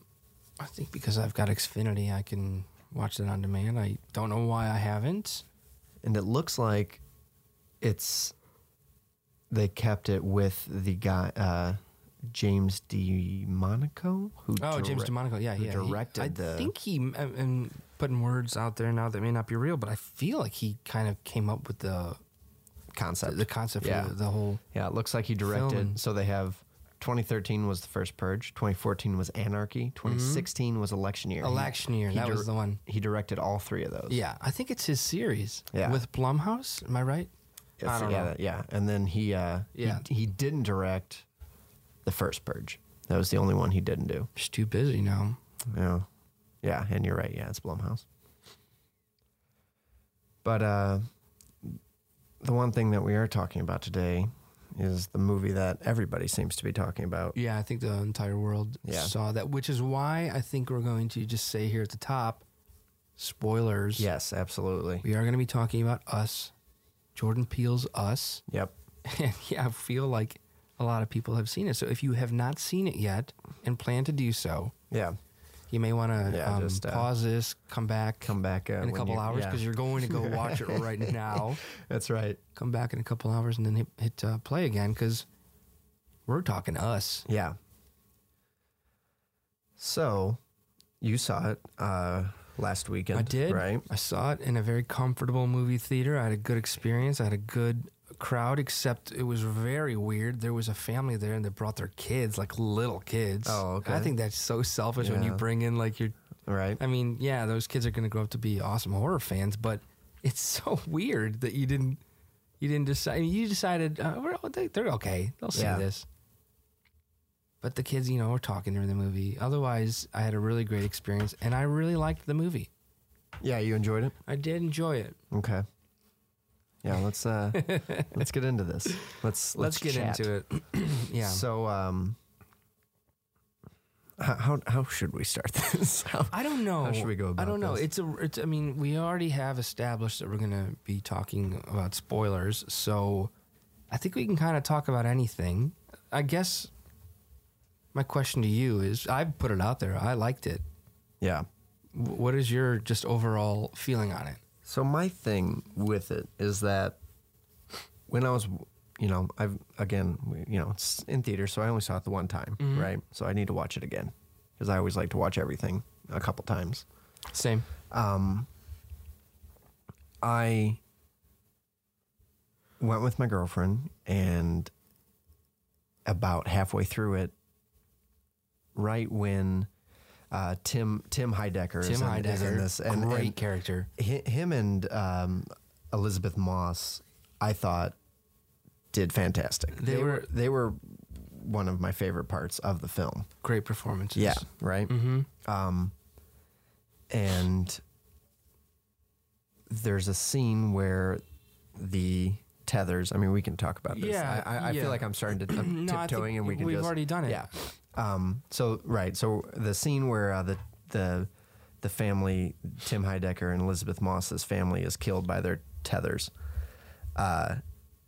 [SPEAKER 1] I think because I've got Xfinity, I can watch it on demand. I don't know why I haven't.
[SPEAKER 2] and it looks like it's they kept it with the guy uh, James DeMonico who
[SPEAKER 1] Oh, James
[SPEAKER 2] direct-
[SPEAKER 1] DeMonico. Yeah,
[SPEAKER 2] who
[SPEAKER 1] yeah. he-
[SPEAKER 2] directed
[SPEAKER 1] I
[SPEAKER 2] the
[SPEAKER 1] think he I- I'm putting words out there now that may not be real, but I feel like he kind of came up with the
[SPEAKER 2] concept.
[SPEAKER 1] the concept
[SPEAKER 2] Yeah.
[SPEAKER 1] for the, the whole.
[SPEAKER 2] yeah, it looks like he directed.
[SPEAKER 1] Filming.
[SPEAKER 2] So they have 2013 was the first purge, 2014 was anarchy, 2016 was election year. He-
[SPEAKER 1] Mm-hmm. Election year, that was the one.
[SPEAKER 2] He directed all three of those.
[SPEAKER 1] Yeah, I think it's his series
[SPEAKER 2] Yeah.
[SPEAKER 1] with Blumhouse. Am I right? I don't
[SPEAKER 2] yeah,
[SPEAKER 1] know.
[SPEAKER 2] that- yeah. And then he uh
[SPEAKER 1] Yeah.
[SPEAKER 2] he, he didn't direct the first purge. That was the only one he didn't do.
[SPEAKER 1] Just too busy now.
[SPEAKER 2] Yeah. Yeah, and you're right. Yeah, it's Blumhouse. But uh, the one thing that we are talking about today is the movie that everybody seems to be talking about.
[SPEAKER 1] Yeah, I think the entire world
[SPEAKER 2] Yeah.
[SPEAKER 1] saw that, which is why I think we're going to just say here at the top, spoilers.
[SPEAKER 2] Yes, absolutely.
[SPEAKER 1] We are going to be talking about Us, Jordan Peele's Us.
[SPEAKER 2] Yep.
[SPEAKER 1] And yeah, I feel like a lot of people have seen it. So if you have not seen it yet and plan to do so,
[SPEAKER 2] Yeah.
[SPEAKER 1] you may want to
[SPEAKER 2] Yeah,
[SPEAKER 1] um,
[SPEAKER 2] just, uh,
[SPEAKER 1] pause this, come back
[SPEAKER 2] Come back uh,
[SPEAKER 1] in a
[SPEAKER 2] when
[SPEAKER 1] couple
[SPEAKER 2] you-
[SPEAKER 1] hours
[SPEAKER 2] yeah.
[SPEAKER 1] because you're going to go watch it right now.
[SPEAKER 2] That's right.
[SPEAKER 1] Come back in a couple hours and then hit, hit uh, play again because we're talking Us.
[SPEAKER 2] Yeah. So, you saw it uh, last weekend.
[SPEAKER 1] I did.
[SPEAKER 2] Right.
[SPEAKER 1] I saw it in a very comfortable movie theater. I had a good experience. I had a good crowd, except it was very weird. There was a family there and they brought their kids, like little kids.
[SPEAKER 2] Oh,
[SPEAKER 1] I
[SPEAKER 2] okay.
[SPEAKER 1] think that's so selfish when you
[SPEAKER 2] Yeah.
[SPEAKER 1] bring in like your.
[SPEAKER 2] Right.
[SPEAKER 1] I mean, yeah, those kids are going to grow up to be awesome horror fans, but it's so weird that you didn't. You didn't decide. You decided uh, we're, they, they're okay. They'll see
[SPEAKER 2] Yeah.
[SPEAKER 1] this. But the kids, you know, were talking during the movie. Otherwise, I had a really great experience, and I really liked the movie.
[SPEAKER 2] Yeah, you enjoyed it?
[SPEAKER 1] I did enjoy it.
[SPEAKER 2] Okay. Yeah, let's uh let's get into this.
[SPEAKER 1] Let's,
[SPEAKER 2] Let's let's,
[SPEAKER 1] get into it. yeah.
[SPEAKER 2] So um h- how how should we start this? How-
[SPEAKER 1] I don't know.
[SPEAKER 2] How should we go
[SPEAKER 1] Oh, I
[SPEAKER 2] about
[SPEAKER 1] don't know.
[SPEAKER 2] this?
[SPEAKER 1] It's a. It's. I mean, we already have established that we're going to be talking about spoilers, so I think we can kind of talk about anything. I guess my question to you is: I've put it out there. I liked it.
[SPEAKER 2] yeah.
[SPEAKER 1] W- What is your just overall feeling on it?
[SPEAKER 2] So my thing with it is that when I was you know, I've again, we- you know, it's in theater, so I only saw it the one time,
[SPEAKER 1] Mm-hmm.
[SPEAKER 2] right? So I need to watch it again because I always like to watch everything a couple times.
[SPEAKER 1] Same.
[SPEAKER 2] um, I went with my girlfriend, and about halfway through it, right when uh, Tim Tim Heidecker
[SPEAKER 1] Tim
[SPEAKER 2] is, in, is in
[SPEAKER 1] Heidecker,
[SPEAKER 2] this, and,
[SPEAKER 1] great
[SPEAKER 2] and
[SPEAKER 1] character.
[SPEAKER 2] hi- him and um, Elizabeth Moss, I thought did fantastic.
[SPEAKER 1] They were-
[SPEAKER 2] they were one of my favorite parts of the film.
[SPEAKER 1] Great performances.
[SPEAKER 2] Yeah, right. Mm-hmm. Um, and there's a scene where the tethers. I mean, we can talk about this.
[SPEAKER 1] Yeah,
[SPEAKER 2] I, I, I
[SPEAKER 1] yeah.
[SPEAKER 2] feel like I'm starting to I'm
[SPEAKER 1] No, I think
[SPEAKER 2] tiptoeing, and we can
[SPEAKER 1] we've
[SPEAKER 2] just
[SPEAKER 1] already done it.
[SPEAKER 2] Yeah. Um. So right. So the scene where uh, the the the family Tim Heidecker and Elizabeth Moss's family is killed by their tethers. Uh,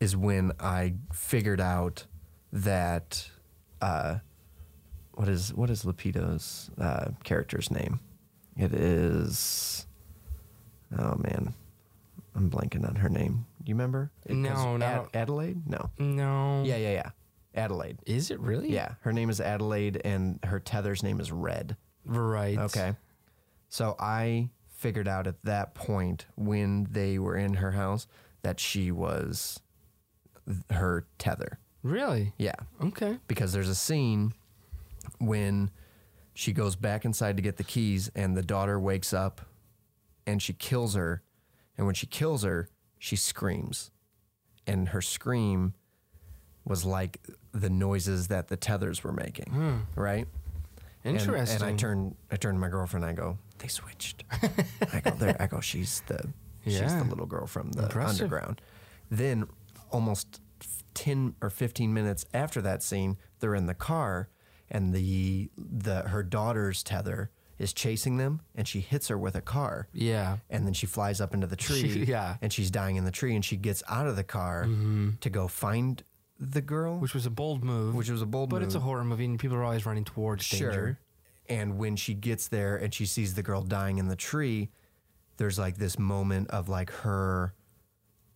[SPEAKER 2] is when I figured out that uh, what is what is Lupito's uh, character's name? It is oh man, I'm blanking on her name. Do you remember? It
[SPEAKER 1] No,
[SPEAKER 2] goes
[SPEAKER 1] no.
[SPEAKER 2] Adelaide. No.
[SPEAKER 1] No.
[SPEAKER 2] Yeah, yeah, yeah. Adelaide.
[SPEAKER 1] Is it really?
[SPEAKER 2] Yeah, her name is Adelaide, and her tether's name is Red.
[SPEAKER 1] Right.
[SPEAKER 2] Okay. So I figured out at that point when they were in her house that she was th- her tether.
[SPEAKER 1] Really?
[SPEAKER 2] Yeah.
[SPEAKER 1] Okay.
[SPEAKER 2] Because there's a scene when she goes back inside to get the keys and the daughter wakes up and she kills her. And when she kills her, she screams. And her scream was like the noises that the tethers were making. Right? And-
[SPEAKER 1] Interesting.
[SPEAKER 2] And, I turn, I turn to my girlfriend. and I go, they switched. I go there. I go, she's the, she's
[SPEAKER 1] Yeah.
[SPEAKER 2] the little girl from the
[SPEAKER 1] Impressive.
[SPEAKER 2] underground. Then, almost f- ten or fifteen minutes after that scene, they're in the car, and the the her daughter's tether is chasing them, and she hits her with a car.
[SPEAKER 1] Yeah.
[SPEAKER 2] And then she flies up into the tree,
[SPEAKER 1] yeah.
[SPEAKER 2] and she's dying in the tree, and she gets out of the car to go find the girl, which,
[SPEAKER 1] Which was a bold move.
[SPEAKER 2] was a bold
[SPEAKER 1] but
[SPEAKER 2] move.
[SPEAKER 1] it's a horror movie, and people are always running towards danger.
[SPEAKER 2] And when she gets there and she sees the girl dying in the tree, there's like this moment of like her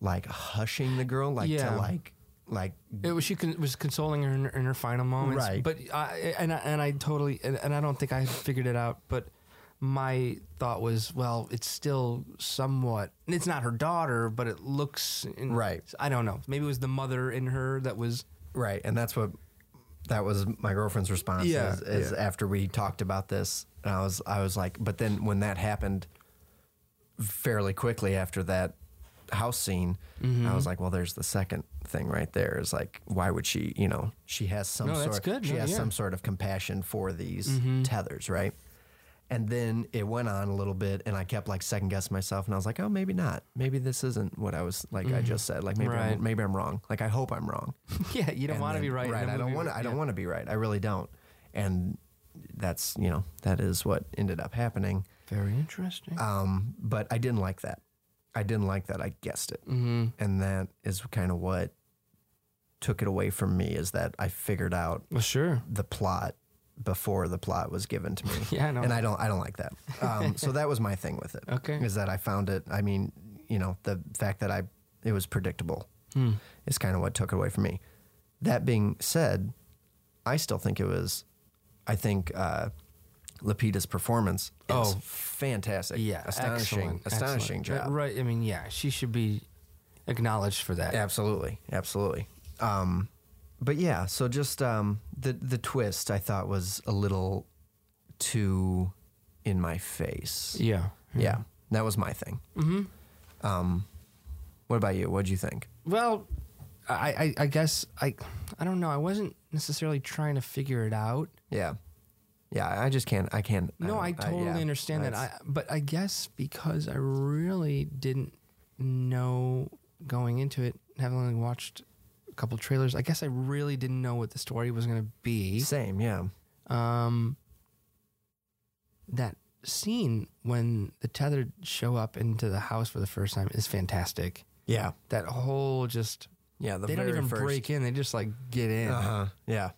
[SPEAKER 2] like hushing the girl, like
[SPEAKER 1] Yeah.
[SPEAKER 2] to like like
[SPEAKER 1] It was she con- was consoling her in, in her final moments,
[SPEAKER 2] Right.
[SPEAKER 1] But I and I, and I totally and, and I don't think I figured it out. But my thought was, well, it's still somewhat. and It's not her daughter, but it looks in,
[SPEAKER 2] Right.
[SPEAKER 1] I don't know. Maybe it was the mother in her that was.
[SPEAKER 2] right. And that's what that was my girlfriend's response
[SPEAKER 1] Yeah,
[SPEAKER 2] is, is after we talked about this and I was I was like but then when that happened fairly quickly after that house scene, I
[SPEAKER 1] Mm-hmm.
[SPEAKER 2] was like, well there's the second thing right there is like why would she, you know, she has some
[SPEAKER 1] No,
[SPEAKER 2] sort
[SPEAKER 1] that's good.
[SPEAKER 2] she
[SPEAKER 1] No,
[SPEAKER 2] has
[SPEAKER 1] yeah. Mm-hmm.
[SPEAKER 2] some sort of compassion for these tethers, right? And then it went on a little bit, and I kept like second guessing myself, and I was like, "Oh, maybe not. Maybe this isn't what I was like. I just said like maybe
[SPEAKER 1] Mm-hmm. Right.
[SPEAKER 2] I'm, maybe I'm wrong. Like I hope I'm wrong.
[SPEAKER 1] yeah, you don't
[SPEAKER 2] And
[SPEAKER 1] want to
[SPEAKER 2] then-
[SPEAKER 1] be right. in
[SPEAKER 2] Right.
[SPEAKER 1] a
[SPEAKER 2] I don't
[SPEAKER 1] movie
[SPEAKER 2] want to.
[SPEAKER 1] where-
[SPEAKER 2] I don't
[SPEAKER 1] yeah.
[SPEAKER 2] want to be right. I really don't. And that's you know that is what ended up happening.
[SPEAKER 1] Very interesting.
[SPEAKER 2] Um, but I didn't like that. I didn't like that. I guessed it,
[SPEAKER 1] mm-hmm.
[SPEAKER 2] and that is kind of what took it away from me is that I figured out
[SPEAKER 1] Well, sure.
[SPEAKER 2] the plot before the plot was given to me.
[SPEAKER 1] Yeah, I know.
[SPEAKER 2] And I don't I don't like that. Um, so that was my thing with it.
[SPEAKER 1] Okay.
[SPEAKER 2] Is that I found it I mean, you know, the fact that I it was predictable
[SPEAKER 1] Hmm.
[SPEAKER 2] is kind of what took it away from me. That being said, I still think it was I think uh Lapita's performance is
[SPEAKER 1] Oh.
[SPEAKER 2] fantastic.
[SPEAKER 1] Yeah,
[SPEAKER 2] Astonishing
[SPEAKER 1] excellent,
[SPEAKER 2] astonishing
[SPEAKER 1] excellent.
[SPEAKER 2] job.
[SPEAKER 1] Uh, Right. I mean, yeah, she should be acknowledged for that.
[SPEAKER 2] Absolutely, absolutely. Um, but yeah, so just um, the the twist I thought was a little too in my face. Yeah,
[SPEAKER 1] Yeah.
[SPEAKER 2] that was my thing. Mm-hmm. Um, what about you? What'd you think?
[SPEAKER 1] Well, I, I, I guess I, I don't know. I wasn't necessarily trying to figure it out.
[SPEAKER 2] Yeah, yeah. I just can't. I can't.
[SPEAKER 1] No, I,
[SPEAKER 2] don't-
[SPEAKER 1] totally
[SPEAKER 2] yeah,
[SPEAKER 1] understand that. I,
[SPEAKER 2] that's-
[SPEAKER 1] but I guess because I really didn't know going into it, having only watched a couple trailers, I guess I really didn't know what the story was going to be.
[SPEAKER 2] Same. Yeah.
[SPEAKER 1] Um, that scene when the tethered show up into the house for the first time is fantastic.
[SPEAKER 2] Yeah.
[SPEAKER 1] That whole just
[SPEAKER 2] Yeah. The
[SPEAKER 1] they don't
[SPEAKER 2] very
[SPEAKER 1] even
[SPEAKER 2] first-
[SPEAKER 1] break in; they just like get in.
[SPEAKER 2] Uh-huh. Yeah.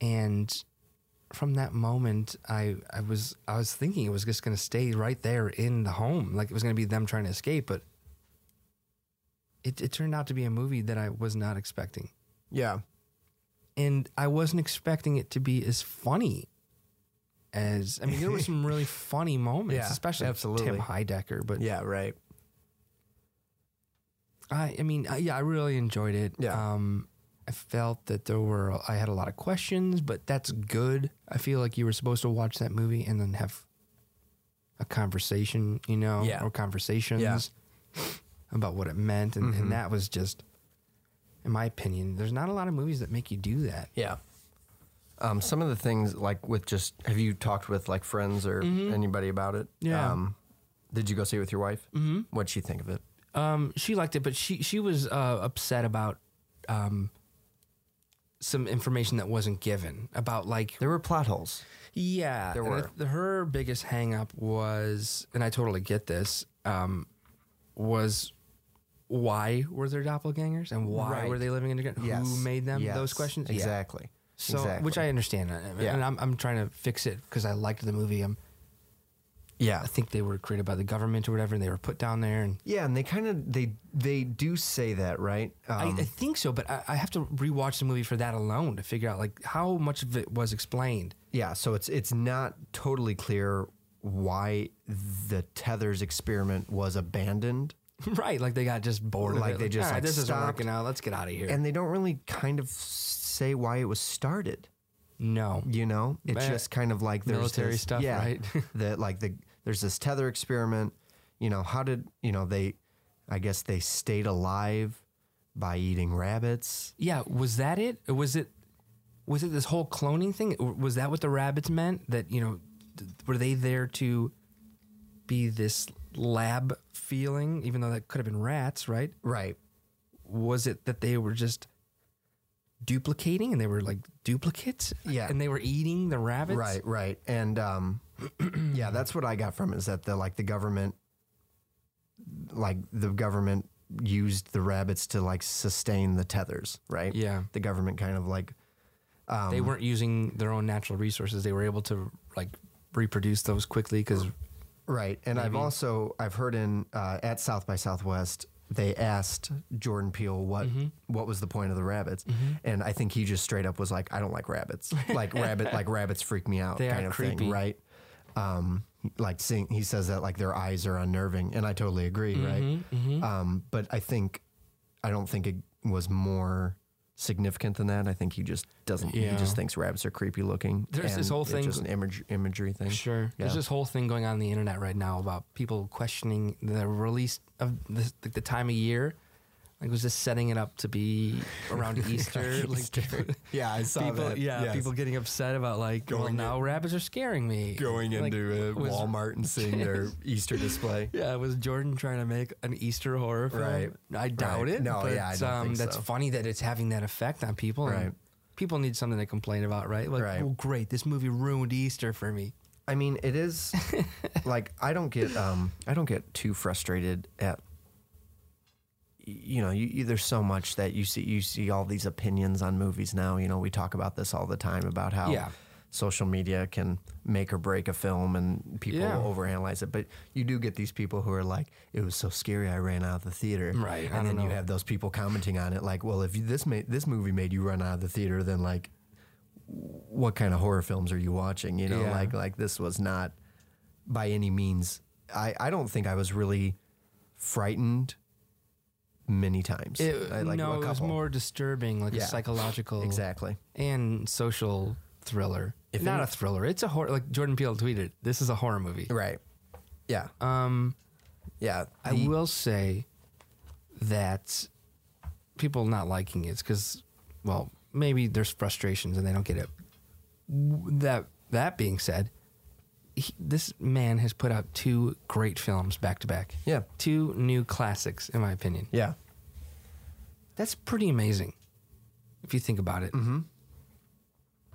[SPEAKER 1] and from that moment i i was i was thinking it was just going to stay right there in the home like it was going to be them trying to escape but it, it turned out to be a movie that i was not expecting
[SPEAKER 2] Yeah.
[SPEAKER 1] and i wasn't expecting it to be as funny as i mean there were some really funny moments
[SPEAKER 2] Yeah,
[SPEAKER 1] especially
[SPEAKER 2] absolutely.
[SPEAKER 1] tim heidecker but
[SPEAKER 2] Yeah. Right.
[SPEAKER 1] I, I mean, I, yeah, I really enjoyed it.
[SPEAKER 2] Yeah.
[SPEAKER 1] Um, I felt that there were, I had a lot of questions, but that's good. I feel like you were supposed to watch that movie and then have a conversation, you know,
[SPEAKER 2] Yeah.
[SPEAKER 1] or conversations about what it meant. And,
[SPEAKER 2] Mm-hmm.
[SPEAKER 1] and that was just, in my opinion, there's not a lot of movies that make you do that.
[SPEAKER 2] Yeah. Um, some of the things like with just have you talked with like friends or anybody about it?
[SPEAKER 1] Yeah.
[SPEAKER 2] Um, did you go see it with your wife? Mm-hmm. What'd she think of it?
[SPEAKER 1] Um, she liked it, but she she was uh, upset about um, some information that wasn't given about like
[SPEAKER 2] There were plot holes.
[SPEAKER 1] yeah,
[SPEAKER 2] There
[SPEAKER 1] and I
[SPEAKER 2] were.
[SPEAKER 1] th- the- her biggest hang up was, and I totally get this, um, was why were there doppelgangers and why
[SPEAKER 2] Right.
[SPEAKER 1] were they living in a
[SPEAKER 2] Yes.
[SPEAKER 1] Who made them? Those
[SPEAKER 2] Yes.
[SPEAKER 1] questions. Yeah.
[SPEAKER 2] Exactly.
[SPEAKER 1] So,
[SPEAKER 2] exactly.
[SPEAKER 1] which I understand, and,
[SPEAKER 2] Yeah.
[SPEAKER 1] and I'm, I'm trying to fix it because I liked the movie. I'm, yeah, I think they were created by the government or whatever, and they were put down there, and
[SPEAKER 2] Yeah, and they kind of they they do say that, right? Um,
[SPEAKER 1] I, I think so. But I, I have to rewatch the movie for that alone to figure out like how much of it was explained.
[SPEAKER 2] yeah, so it's it's not totally clear why the tethers experiment was abandoned,
[SPEAKER 1] Right, like they got just bored.
[SPEAKER 2] Like,
[SPEAKER 1] of it.
[SPEAKER 2] they just,
[SPEAKER 1] "All right,
[SPEAKER 2] like,
[SPEAKER 1] this isn't
[SPEAKER 2] stopped."
[SPEAKER 1] working out. Let's get out of here.
[SPEAKER 2] and they don't really kind of say why it was started.
[SPEAKER 1] no,
[SPEAKER 2] You know, it's
[SPEAKER 1] Meh.
[SPEAKER 2] just kind of like there's
[SPEAKER 1] Military
[SPEAKER 2] this-
[SPEAKER 1] stuff,
[SPEAKER 2] yeah,
[SPEAKER 1] right?
[SPEAKER 2] that like the there's this tether experiment. You know, how did you know they? I guess they stayed alive by eating rabbits.
[SPEAKER 1] Yeah, was that it? Or was it was it this whole cloning thing? Or Was that what the rabbits meant? That you know, th- were they there to be this lab feeling? Even though that could have been rats, right?
[SPEAKER 2] Right.
[SPEAKER 1] Was it that they were just duplicating and they were like duplicates?
[SPEAKER 2] Yeah.
[SPEAKER 1] and they were eating the rabbits.
[SPEAKER 2] Right, right. And um, yeah, that's what I got from it is that the like the government like the government used the rabbits to like sustain the tethers, right?
[SPEAKER 1] Yeah,
[SPEAKER 2] The government kind of like
[SPEAKER 1] they weren't using their own natural resources. They were able to like reproduce those quickly because
[SPEAKER 2] Right. And
[SPEAKER 1] Mm-hmm.
[SPEAKER 2] I've also I've heard in uh, at South by Southwest they asked Jordan Peele what
[SPEAKER 1] Mm-hmm.
[SPEAKER 2] what was the point of the rabbits, and I think he just straight up was like, I don't like rabbits. Like rabbit, like rabbits freak me out.
[SPEAKER 1] They are
[SPEAKER 2] kind of
[SPEAKER 1] creepy.
[SPEAKER 2] thing, right? Um, like seeing he says that like their eyes are unnerving, and I totally agree, right?
[SPEAKER 1] Mm-hmm,
[SPEAKER 2] Um, but I think I don't think it was more significant than that. I think he just doesn't.
[SPEAKER 1] Yeah.
[SPEAKER 2] He just thinks rabbits are creepy looking.
[SPEAKER 1] There's this
[SPEAKER 2] and
[SPEAKER 1] whole
[SPEAKER 2] it's
[SPEAKER 1] thing-
[SPEAKER 2] just an image, imagery thing.
[SPEAKER 1] Sure. There's
[SPEAKER 2] Yeah.
[SPEAKER 1] this whole thing going on in the internet right now about people questioning the release of the, the, the time of year. Like, was this setting it up to be around Easter? like, people,
[SPEAKER 2] Yeah, I saw
[SPEAKER 1] people- yeah, people getgetting upset about like, well,
[SPEAKER 2] Going
[SPEAKER 1] now rabbits are scaring me.
[SPEAKER 2] going
[SPEAKER 1] Like,
[SPEAKER 2] into a
[SPEAKER 1] was-
[SPEAKER 2] Walmart and seeing their Easter display.
[SPEAKER 1] Yeah, was Jordan trying to make an Easter horror film?
[SPEAKER 2] Right.
[SPEAKER 1] I doubt
[SPEAKER 2] Right.
[SPEAKER 1] it.
[SPEAKER 2] No,
[SPEAKER 1] but,
[SPEAKER 2] yeah, I don't
[SPEAKER 1] um,
[SPEAKER 2] think
[SPEAKER 1] that's
[SPEAKER 2] so.
[SPEAKER 1] funny that it's having that effect on people. and
[SPEAKER 2] Right.
[SPEAKER 1] People need something to complain about, right? Like,
[SPEAKER 2] Right.
[SPEAKER 1] well, great, this movie ruined Easter for me.
[SPEAKER 2] I mean, it is like I don't get um I don't get too frustrated at y- you know, you, you, there's so much that you see you see all these opinions on movies now, you know, we talk about this all the time about how
[SPEAKER 1] Yeah.
[SPEAKER 2] social media can make or break a film and people
[SPEAKER 1] Yeah.
[SPEAKER 2] overanalyze it, but you do get these people who are like it was so scary I ran out of the theater.
[SPEAKER 1] Right, I
[SPEAKER 2] And then
[SPEAKER 1] don't
[SPEAKER 2] you
[SPEAKER 1] know.
[SPEAKER 2] have those people commenting on it like, well, if you, this made this movie made you run out of the theater, then like what kind of horror films are you watching? You know,
[SPEAKER 1] Yeah.
[SPEAKER 2] like like this was not by any means. I I don't think I was really frightened many times.
[SPEAKER 1] It,
[SPEAKER 2] I, like
[SPEAKER 1] no,
[SPEAKER 2] a
[SPEAKER 1] it was
[SPEAKER 2] couple.
[SPEAKER 1] more disturbing, like a
[SPEAKER 2] Yeah.
[SPEAKER 1] psychological
[SPEAKER 2] exactly.
[SPEAKER 1] and social thriller.
[SPEAKER 2] If
[SPEAKER 1] Not
[SPEAKER 2] any-
[SPEAKER 1] a thriller. It's a horror. Like Jordan Peele tweeted, this is a horror movie.
[SPEAKER 2] Right. Yeah.
[SPEAKER 1] Um,
[SPEAKER 2] yeah.
[SPEAKER 1] I
[SPEAKER 2] The-
[SPEAKER 1] will say that people not liking it's because, well, maybe there's frustrations and they don't get it. W- That that being said, he, this man has put out two great films back to back.
[SPEAKER 2] Yeah.
[SPEAKER 1] Two new classics, in my opinion.
[SPEAKER 2] Yeah.
[SPEAKER 1] That's pretty amazing if you think about it. Mm-hmm.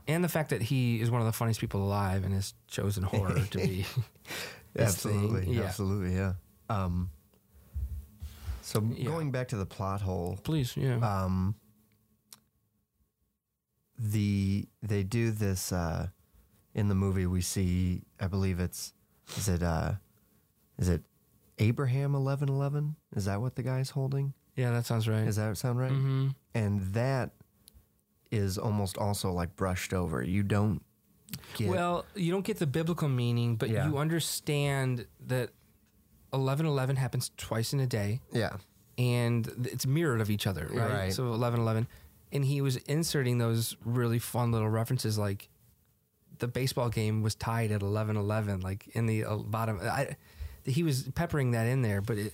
[SPEAKER 1] And the fact that he is one of the funniest people alive and has chosen horror to be. his
[SPEAKER 2] Absolutely.
[SPEAKER 1] thing. Yeah.
[SPEAKER 2] Absolutely. Yeah. Um. So
[SPEAKER 1] Yeah. Mm-hmm.
[SPEAKER 2] going back to the plot hole,
[SPEAKER 1] Please, yeah.
[SPEAKER 2] um, the they do this uh, in the movie. We see, I believe it's is it uh, is it Abraham eleven eleven? Is that what the guy's holding?
[SPEAKER 1] yeah, that sounds right.
[SPEAKER 2] Does that sound right?
[SPEAKER 1] hmm
[SPEAKER 2] And that is almost also like brushed over. You don't get
[SPEAKER 1] Well, you don't get the biblical meaning, but
[SPEAKER 2] Yeah.
[SPEAKER 1] you understand that 1111 happens twice in a day
[SPEAKER 2] yeah
[SPEAKER 1] and th- it's mirrored of each other, right?
[SPEAKER 2] Right.
[SPEAKER 1] So 1111. And he was inserting those really fun little references like the baseball game was tied at 1111, like in the uh, bottom. I, he was peppering that in there, but it,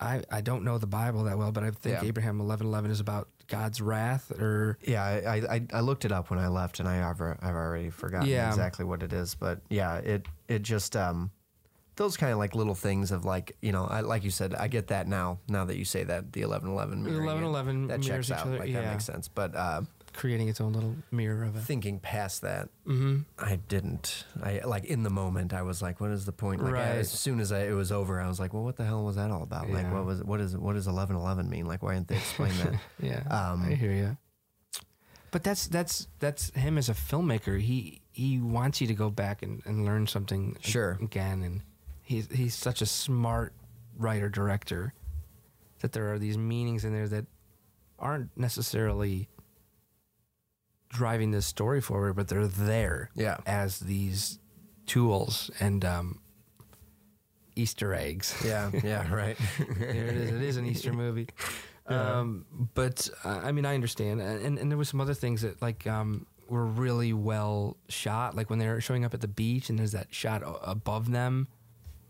[SPEAKER 1] I, I don't know the Bible that well, but I think
[SPEAKER 2] Yeah.
[SPEAKER 1] Abraham 1111 is about God's wrath or.
[SPEAKER 2] yeah. I, I I looked it up when I left, and I have I've already forgotten
[SPEAKER 1] Yeah.
[SPEAKER 2] exactly what it is. But yeah, it it just um those kind of like little things of like you know I like you said I get that now now that you say that the eleven eleven
[SPEAKER 1] 1111
[SPEAKER 2] that
[SPEAKER 1] mirrors
[SPEAKER 2] checks
[SPEAKER 1] each
[SPEAKER 2] out
[SPEAKER 1] other,
[SPEAKER 2] like
[SPEAKER 1] yeah.
[SPEAKER 2] that makes sense. But uh,
[SPEAKER 1] creating its own little mirror of it.
[SPEAKER 2] Thinking past that,
[SPEAKER 1] Mm-hmm.
[SPEAKER 2] I didn't. I like in the moment, I was like, "What is the point?" Like
[SPEAKER 1] Right.
[SPEAKER 2] as soon as I, it was over, I was like, "Well, what the hell was that all about? Like,
[SPEAKER 1] Yeah.
[SPEAKER 2] what was what is what does eleven eleven mean? Like, why didn't they explain that?"
[SPEAKER 1] Yeah,
[SPEAKER 2] Um,
[SPEAKER 1] I hear you. But that's that's that's him as a filmmaker. He he wants you to go back and, and learn something a-
[SPEAKER 2] Sure.
[SPEAKER 1] again, and he's he's such a smart writer director that there are these meanings in there that aren't necessarily driving this story forward, but they're there
[SPEAKER 2] Yeah,
[SPEAKER 1] as these tools and um, Easter eggs.
[SPEAKER 2] yeah, yeah. Right.
[SPEAKER 1] There it is. It is an Easter movie. Um, but uh, I mean, I understand, and and- and there was some other things that like um, were really well shot. Like when they're showing up at the beach, and there's that shot a- above them,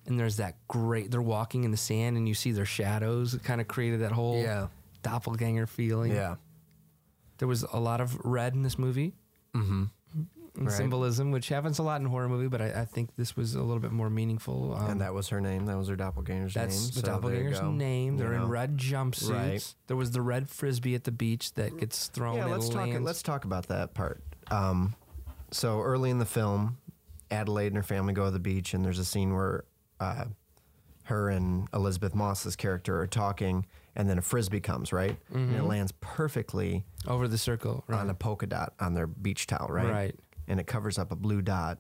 [SPEAKER 1] and there's that great. They're walking in the sand, and you see their shadows. It kind of created that whole
[SPEAKER 2] Yeah.
[SPEAKER 1] doppelganger feeling.
[SPEAKER 2] yeah.
[SPEAKER 1] There was a lot of red in this movie.
[SPEAKER 2] Mm-hmm.
[SPEAKER 1] and
[SPEAKER 2] Right.
[SPEAKER 1] Symbolism, which happens a lot in horror movie, but I, I think this was a little bit more meaningful. Um,
[SPEAKER 2] and that was her name. That was her doppelganger's
[SPEAKER 1] That's
[SPEAKER 2] name.
[SPEAKER 1] the
[SPEAKER 2] so there you
[SPEAKER 1] doppelganger's
[SPEAKER 2] go.
[SPEAKER 1] name.
[SPEAKER 2] You
[SPEAKER 1] They're
[SPEAKER 2] know.
[SPEAKER 1] in red jumpsuits.
[SPEAKER 2] Right.
[SPEAKER 1] There was the red frisbee at the beach that gets thrown.
[SPEAKER 2] Yeah,
[SPEAKER 1] and
[SPEAKER 2] let's
[SPEAKER 1] it
[SPEAKER 2] talk.
[SPEAKER 1] lands.
[SPEAKER 2] Let's talk about that part. Um, so early in the film, Adelaide and her family go to the beach, and there's a scene where uh, her and Elizabeth Moss's character are talking, and then a frisbee comes right, and it lands perfectly
[SPEAKER 1] over the circle. Mm-hmm. Right.
[SPEAKER 2] on a polka dot on their beach towel, right?
[SPEAKER 1] Right.
[SPEAKER 2] And it covers up a blue dot,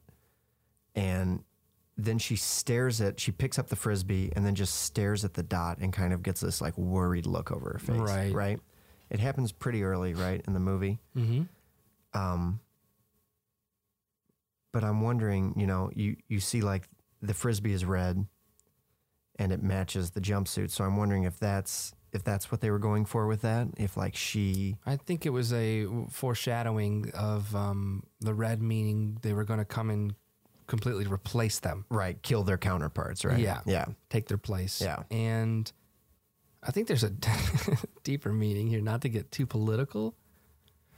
[SPEAKER 2] and then she stares at. She picks up the frisbee and then just stares at the dot and kind of gets this like worried look over her face,
[SPEAKER 1] Right.
[SPEAKER 2] Right. It happens pretty early, right, in the movie.
[SPEAKER 1] Mm-hmm.
[SPEAKER 2] Um, but I'm wondering, you know, you, you see like the frisbee is red, and it matches the jumpsuit. So I'm wondering if that's if that's what they were going for with that. If like she,
[SPEAKER 1] I think it was a foreshadowing of um, the red meaning they were going to come and completely replace them,
[SPEAKER 2] right, kill their counterparts, right?
[SPEAKER 1] Yeah.
[SPEAKER 2] yeah,
[SPEAKER 1] take their place.
[SPEAKER 2] Yeah.
[SPEAKER 1] And I think there's a deeper meaning here. Not to get too political,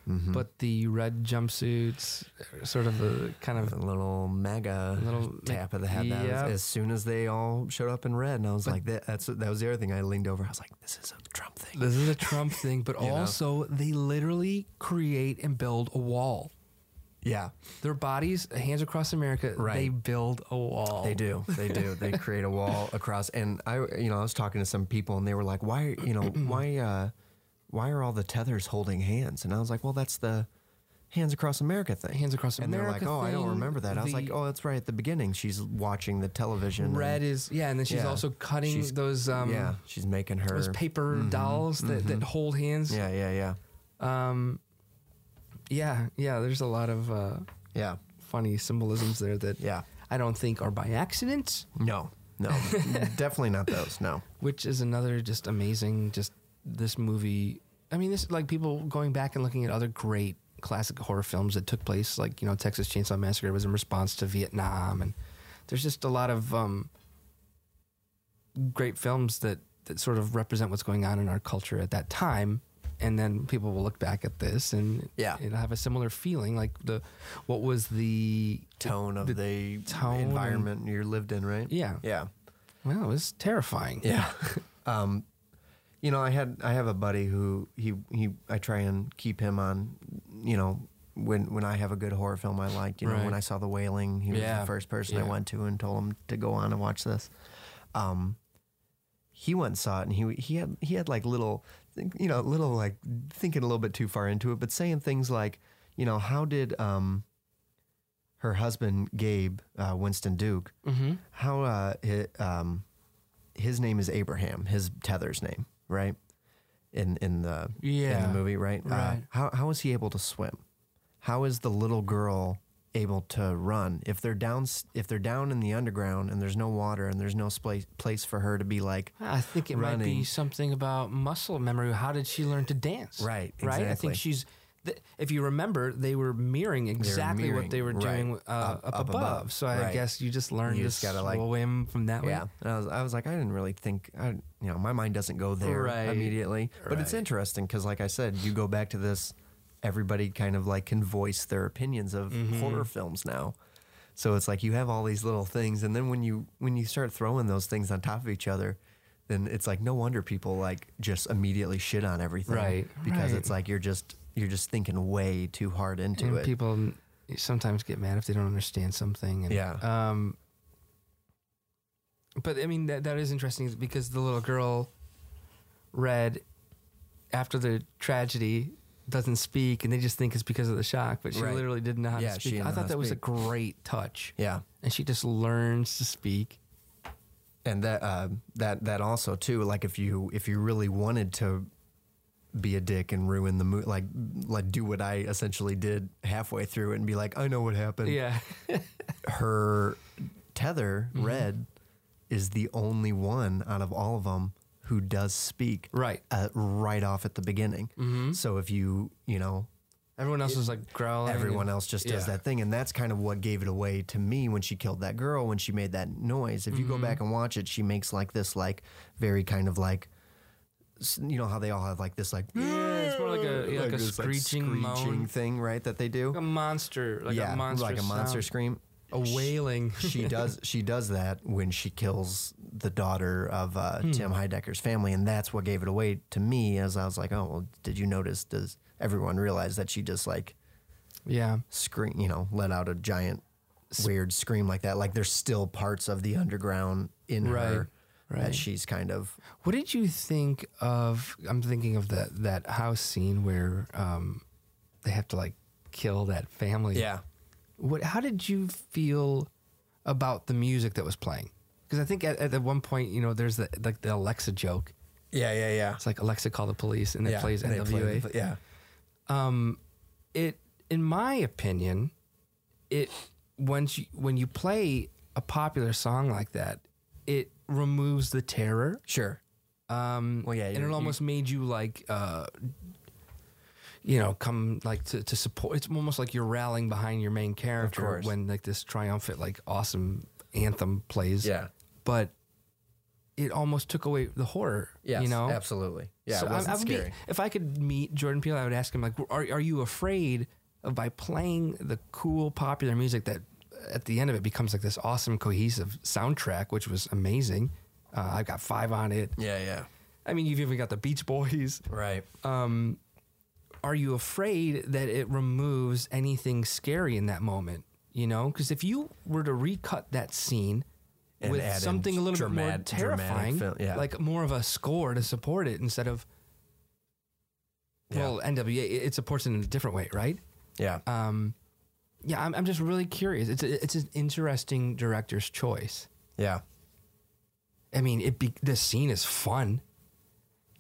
[SPEAKER 2] Mhm.
[SPEAKER 1] but the red jumpsuits, are sort of a kind of
[SPEAKER 2] a little mega
[SPEAKER 1] Little ma-
[SPEAKER 2] tap of the head. That was-
[SPEAKER 1] Yep.
[SPEAKER 2] as soon as they all showed up in red, and I was like, that, that's that was the other thing. I leaned over. I was like, this is a Trump thing.
[SPEAKER 1] This is a Trump thing, but
[SPEAKER 2] You know?
[SPEAKER 1] also they literally create and build a wall.
[SPEAKER 2] Yeah,
[SPEAKER 1] Their bodies, hands across America, they
[SPEAKER 2] Right.
[SPEAKER 1] build a wall.
[SPEAKER 2] They do. They do. they create a wall across. And I, you know, I was talking to some people, and they were like, "Why, you know, why, uh, why are all the tethers holding hands?" And I was like, "Well, that's the hands across America thing."
[SPEAKER 1] Hands Across
[SPEAKER 2] and
[SPEAKER 1] America.
[SPEAKER 2] they're like, "Oh, I don't
[SPEAKER 1] thing,
[SPEAKER 2] remember that." I was like,
[SPEAKER 1] the
[SPEAKER 2] "Oh, that's right. At the beginning, she's watching the television.
[SPEAKER 1] red
[SPEAKER 2] and,
[SPEAKER 1] is yeah, and then she's
[SPEAKER 2] Yeah.
[SPEAKER 1] also cutting
[SPEAKER 2] She's-
[SPEAKER 1] those um
[SPEAKER 2] yeah, she's making her. mm-hmm,
[SPEAKER 1] those paper dolls that, that hold hands.
[SPEAKER 2] yeah, yeah, yeah,
[SPEAKER 1] Um, yeah, yeah. There's a lot of uh,
[SPEAKER 2] yeah,
[SPEAKER 1] funny symbolisms there that
[SPEAKER 2] yeah.
[SPEAKER 1] I don't think are by accident.
[SPEAKER 2] No, no, definitely not those. No.
[SPEAKER 1] which is another just amazing just this movie i mean this like people going back and looking at other great classic horror films that took place like you know texas chainsaw massacre was in response to vietnam and there's just a lot of um, great films that that sort of represent what's going on in our culture at that time and then people will look back at this and
[SPEAKER 2] Yeah.
[SPEAKER 1] it'll have a similar feeling like the what was the
[SPEAKER 2] Tone of the,
[SPEAKER 1] tone and-
[SPEAKER 2] environment you lived in, right?
[SPEAKER 1] yeah
[SPEAKER 2] Yeah.
[SPEAKER 1] well it was terrifying
[SPEAKER 2] Yeah. um, you know, I had I have a buddy who he he I try and keep him on, you know, when when I have a good horror film I like, you know,
[SPEAKER 1] Right.
[SPEAKER 2] when I saw The Wailing, he was
[SPEAKER 1] Yeah.
[SPEAKER 2] the first person I
[SPEAKER 1] Yeah.
[SPEAKER 2] went to and told him to go on and watch this. Um, he went and saw it and he he had he had like little you know, little like thinking a little bit too far into it, but saying things like, you know, how did um her husband Gabe uh, Winston Duke
[SPEAKER 1] mm-hmm.
[SPEAKER 2] how uh, it, um, his name is Abraham, his tether's name, right? In in the
[SPEAKER 1] yeah
[SPEAKER 2] in the movie, right? Uh,
[SPEAKER 1] Right.
[SPEAKER 2] how how is he able to swim? How is the little girl able to run if they're down s- if they're down in the underground and there's no water and there's no place place for her to be like
[SPEAKER 1] I think it might
[SPEAKER 2] running.
[SPEAKER 1] be something about muscle memory. How did she learn to dance?
[SPEAKER 2] Right,
[SPEAKER 1] Right. I
[SPEAKER 2] exactly.
[SPEAKER 1] think she's. th- If you remember, they were mirroring exactly
[SPEAKER 2] mirroring,
[SPEAKER 1] what they were
[SPEAKER 2] right,
[SPEAKER 1] doing uh,
[SPEAKER 2] up-
[SPEAKER 1] up,
[SPEAKER 2] up
[SPEAKER 1] above.
[SPEAKER 2] above,
[SPEAKER 1] So
[SPEAKER 2] right.
[SPEAKER 1] I guess you just learned
[SPEAKER 2] You
[SPEAKER 1] to
[SPEAKER 2] just gotta, like-
[SPEAKER 1] swim from that way.
[SPEAKER 2] yeah and I was I was like I didn't really think I you know my mind doesn't go there
[SPEAKER 1] Right,
[SPEAKER 2] immediately but it's
[SPEAKER 1] right.
[SPEAKER 2] interesting because like I said you go back to this everybody kind of like can voice their opinions of
[SPEAKER 1] Mm-hmm.
[SPEAKER 2] horror films now so it's like you have all these little things and then when you when you start throwing those things on top of each other then it's like no wonder people like just immediately shit on everything
[SPEAKER 1] Right,
[SPEAKER 2] because
[SPEAKER 1] right.
[SPEAKER 2] it's like you're just you're just thinking way too hard into
[SPEAKER 1] and
[SPEAKER 2] it.
[SPEAKER 1] people sometimes get mad if they don't understand something. And,
[SPEAKER 2] Yeah.
[SPEAKER 1] Um, but I mean that that is interesting because the little girl read after the tragedy doesn't speak, and they just think it's because of the shock, but she
[SPEAKER 2] Right.
[SPEAKER 1] literally didn't know how
[SPEAKER 2] Yeah,
[SPEAKER 1] to
[SPEAKER 2] she
[SPEAKER 1] speak.
[SPEAKER 2] didn't
[SPEAKER 1] I
[SPEAKER 2] know how
[SPEAKER 1] thought
[SPEAKER 2] to
[SPEAKER 1] that was a
[SPEAKER 2] speak.
[SPEAKER 1] great touch,
[SPEAKER 2] yeah.
[SPEAKER 1] and she just learns to speak.
[SPEAKER 2] and that uh, that that also too like if you if you really wanted to be a dick and ruin the movie like like do what i essentially did halfway through it and be like i know what happened
[SPEAKER 1] Yeah,
[SPEAKER 2] her tether red is the only one out of all of them who does speak
[SPEAKER 1] right.
[SPEAKER 2] uh, right off at the beginning so if you you know
[SPEAKER 1] Everyone else was like growling.
[SPEAKER 2] everyone else just does
[SPEAKER 1] yeah.
[SPEAKER 2] that thing and that's kind of what gave it away to me when she killed that girl when she made that noise if you
[SPEAKER 1] Mm-hmm.
[SPEAKER 2] go back and watch it she makes like this like very kind of like s- you know how they all have like this like
[SPEAKER 1] Yeah, it's more like a- yeah, like a
[SPEAKER 2] this,
[SPEAKER 1] screeching moan.
[SPEAKER 2] thing right that they do
[SPEAKER 1] Like a monster, like
[SPEAKER 2] yeah
[SPEAKER 1] a monster,
[SPEAKER 2] like a monster
[SPEAKER 1] sound.
[SPEAKER 2] scream
[SPEAKER 1] a wailing.
[SPEAKER 2] she does she does that when she kills the daughter of uh,
[SPEAKER 1] Hmm.
[SPEAKER 2] Tim Heidecker's family, and that's what gave it away to me. As I was like, oh, well, did you notice? Does everyone realize that she just like
[SPEAKER 1] yeah,
[SPEAKER 2] scream, you know, let out a giant weird scream like that? Like there's still parts of the underground in
[SPEAKER 1] Right,
[SPEAKER 2] her
[SPEAKER 1] right.
[SPEAKER 2] that she's kind of
[SPEAKER 1] What did you think of? I'm thinking of that that house scene where um, they have to like kill that family. What? How did you feel about the music that was playing? Because I think at, at the one point, you know, there's the like the Alexa joke.
[SPEAKER 2] yeah yeah yeah
[SPEAKER 1] It's like Alexa call the police, and it plays NWA.
[SPEAKER 2] yeah
[SPEAKER 1] um, it, in my opinion, it once you, when you play a popular song like that, it removes the terror
[SPEAKER 2] sure
[SPEAKER 1] um,
[SPEAKER 2] Well, yeah,
[SPEAKER 1] and
[SPEAKER 2] you're-
[SPEAKER 1] it
[SPEAKER 2] you-
[SPEAKER 1] almost made you like, uh, you know, come like to, to support. It's almost like you're rallying behind your main character
[SPEAKER 2] course.
[SPEAKER 1] when like this triumphant, like awesome anthem plays.
[SPEAKER 2] yeah
[SPEAKER 1] but it almost took away the horror.
[SPEAKER 2] yeah
[SPEAKER 1] you know,
[SPEAKER 2] absolutely yeah
[SPEAKER 1] So
[SPEAKER 2] it
[SPEAKER 1] I'm-
[SPEAKER 2] wasn't
[SPEAKER 1] I'd be-
[SPEAKER 2] scary
[SPEAKER 1] if I could meet Jordan Peele, I would ask him like, "Are are you afraid of by playing the cool popular music that at the end of it becomes like this awesome cohesive soundtrack, which was amazing. Uh, I've got five on it.
[SPEAKER 2] yeah yeah
[SPEAKER 1] I mean, you've even got the Beach Boys.
[SPEAKER 2] right
[SPEAKER 1] Um, are you afraid that it removes anything scary in that moment? You know, because if you were to recut that scene
[SPEAKER 2] And
[SPEAKER 1] with
[SPEAKER 2] add in
[SPEAKER 1] something a little bit more
[SPEAKER 2] dramat- dramatic
[SPEAKER 1] terrifying,
[SPEAKER 2] fil- yeah.
[SPEAKER 1] like more of a score to support it instead of,
[SPEAKER 2] Yeah.
[SPEAKER 1] well, NWA, it it supports it in a different way, right?
[SPEAKER 2] yeah
[SPEAKER 1] Um, yeah, I'm, I'm just really curious. It's a, it's an interesting director's choice.
[SPEAKER 2] yeah
[SPEAKER 1] I mean, it be, the scene is fun.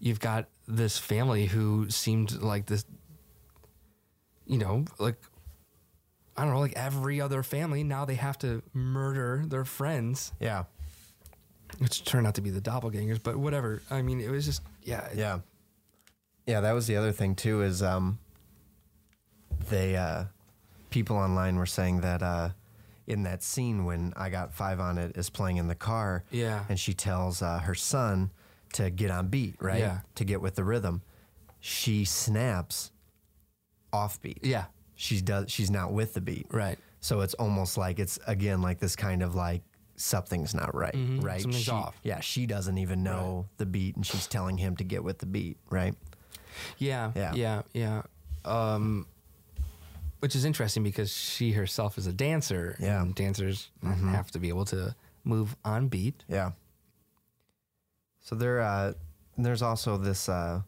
[SPEAKER 1] You've got this family who seemed like this, you know, like I don't know, like every other family. Now they have to murder their friends,
[SPEAKER 2] yeah
[SPEAKER 1] which turned out to be the doppelgangers. But whatever. I mean, it was just yeah, it-
[SPEAKER 2] Yeah. Yeah, that was the other thing too is um they uh people online were saying that uh in that scene when I got 5 on it is playing in the car
[SPEAKER 1] Yeah.
[SPEAKER 2] and she tells uh, her son to get on beat, right?
[SPEAKER 1] Yeah.
[SPEAKER 2] To get with the rhythm. She snaps off beat.
[SPEAKER 1] yeah,
[SPEAKER 2] She does she's not with the beat.
[SPEAKER 1] right.
[SPEAKER 2] So it's almost like it's again like this kind of like something's not right, right?
[SPEAKER 1] Mm-hmm. Something's
[SPEAKER 2] She-
[SPEAKER 1] off.
[SPEAKER 2] Yeah, she doesn't even know the beat, and she's telling him to get with the beat, right?
[SPEAKER 1] Yeah,
[SPEAKER 2] Yeah.
[SPEAKER 1] yeah, yeah. Um, which is interesting because she herself is a dancer.
[SPEAKER 2] Yeah. Mm-hmm.
[SPEAKER 1] and dancers have to be able to move on beat.
[SPEAKER 2] Yeah. So there, uh, there's also this. Uh,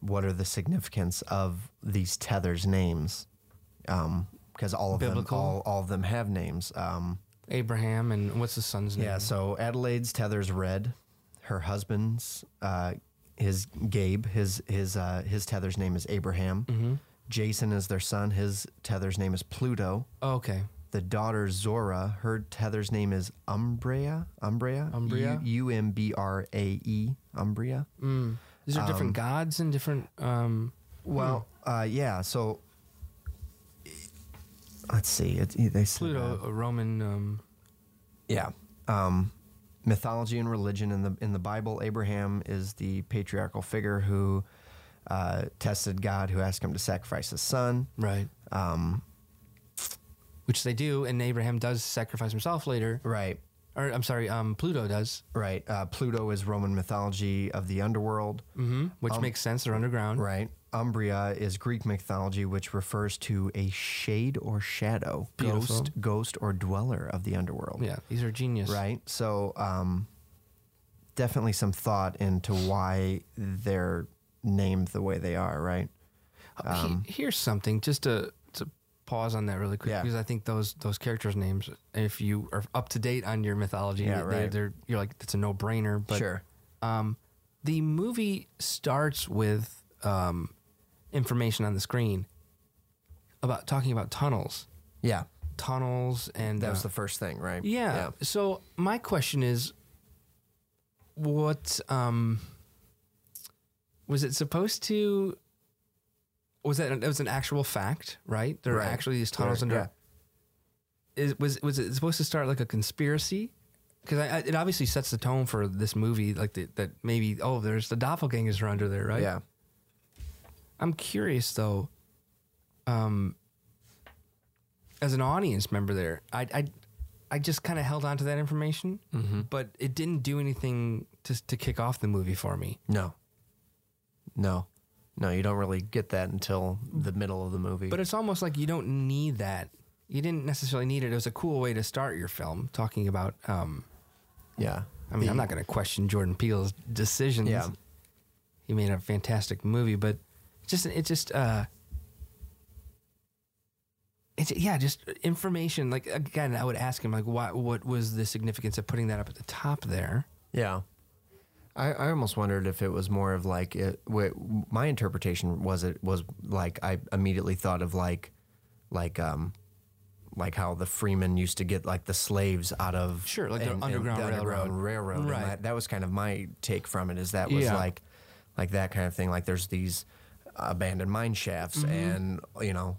[SPEAKER 2] what are the significance of these tethers' names? Because all of
[SPEAKER 1] Biblical?
[SPEAKER 2] them, all, all of them have names. Um,
[SPEAKER 1] Abraham and what's the son's name?
[SPEAKER 2] Yeah, so Adelaide's tether's red. Her husband's uh, his Gabe. His his uh, his tether's name is Abraham. Jason is their son. His tether's name is Pluto.
[SPEAKER 1] Oh, okay.
[SPEAKER 2] The daughter Zora. Her tether's name is Umbrea. Umbrea.
[SPEAKER 1] Umbrea?
[SPEAKER 2] U M B R A E. Umbrea.
[SPEAKER 1] Mm. These are different gods and different. Um,
[SPEAKER 2] Well, uh, yeah. So let's see. It, they said, uh,
[SPEAKER 1] Pluto, a Roman. Um,
[SPEAKER 2] Yeah. Um, mythology and religion in the in the Bible, Abraham is the patriarchal figure who uh, tested God, who asked him to sacrifice his son.
[SPEAKER 1] right.
[SPEAKER 2] Um,
[SPEAKER 1] Which they do, and Abraham does sacrifice himself later.
[SPEAKER 2] right.
[SPEAKER 1] Or I'm sorry, um, Pluto does,
[SPEAKER 2] Right. Uh, Pluto is Roman mythology of the underworld.
[SPEAKER 1] mm-hmm. which makes sense. They're underground.
[SPEAKER 2] Um, Right. Umbria is Greek mythology, which refers to a shade or shadow,
[SPEAKER 1] Beautiful.
[SPEAKER 2] ghost, ghost or dweller of the underworld.
[SPEAKER 1] Yeah, these are genius.
[SPEAKER 2] Right. So, um, definitely some thought into why they're named the way they are. Right.
[SPEAKER 1] Uh, he- here's something just to to pause on that really quick
[SPEAKER 2] Um, Yeah.
[SPEAKER 1] because I think those those characters' names, if you are up to date on your mythology,
[SPEAKER 2] Yeah,
[SPEAKER 1] they-
[SPEAKER 2] right.
[SPEAKER 1] they're, you're like it's a no brainer. But
[SPEAKER 2] Sure.
[SPEAKER 1] um, the movie starts with um, information on the screen about talking about tunnels,
[SPEAKER 2] Yeah.
[SPEAKER 1] tunnels, and
[SPEAKER 2] That was
[SPEAKER 1] uh,
[SPEAKER 2] the first thing, right?
[SPEAKER 1] yeah. So my question is, what um, was it supposed to? Was that it was an actual fact, right? There are
[SPEAKER 2] Right.
[SPEAKER 1] actually these tunnels
[SPEAKER 2] There-
[SPEAKER 1] under.
[SPEAKER 2] yeah.
[SPEAKER 1] Is, was was it supposed to start like a conspiracy? Because I, I, it obviously sets the tone for this movie, like the, that maybe oh, there's the doppelgangers are under there, right?
[SPEAKER 2] Yeah.
[SPEAKER 1] I'm curious though, um, as an audience member there, I I, I just kind of held on to that information, but it didn't do anything to to kick off the movie for me.
[SPEAKER 2] No. No. No, you don't really get that until the middle of the movie.
[SPEAKER 1] But it's almost like you don't need that. You didn't necessarily need it. It was a cool way to start your film, talking about. Um,
[SPEAKER 2] yeah.
[SPEAKER 1] I mean, I'm not going to question Jordan Peele's decisions.
[SPEAKER 2] Yeah.
[SPEAKER 1] he made a fantastic movie, but just it just uh, it's yeah, just information. Like again, I would ask him like, why? What was the significance of putting that up at the top there?
[SPEAKER 2] Yeah. I, I almost wondered if it was more of like it, wh- my interpretation was it was like I immediately thought of like like um like how the freemen used to get like the slaves out of
[SPEAKER 1] Sure, like the Underground Railroad.
[SPEAKER 2] Underground Railroad. And
[SPEAKER 1] Right.
[SPEAKER 2] that, that was kind of my take from it is that was
[SPEAKER 1] Yeah.
[SPEAKER 2] like like that kind of thing like there's these abandoned mine shafts
[SPEAKER 1] Mm-hmm.
[SPEAKER 2] and you know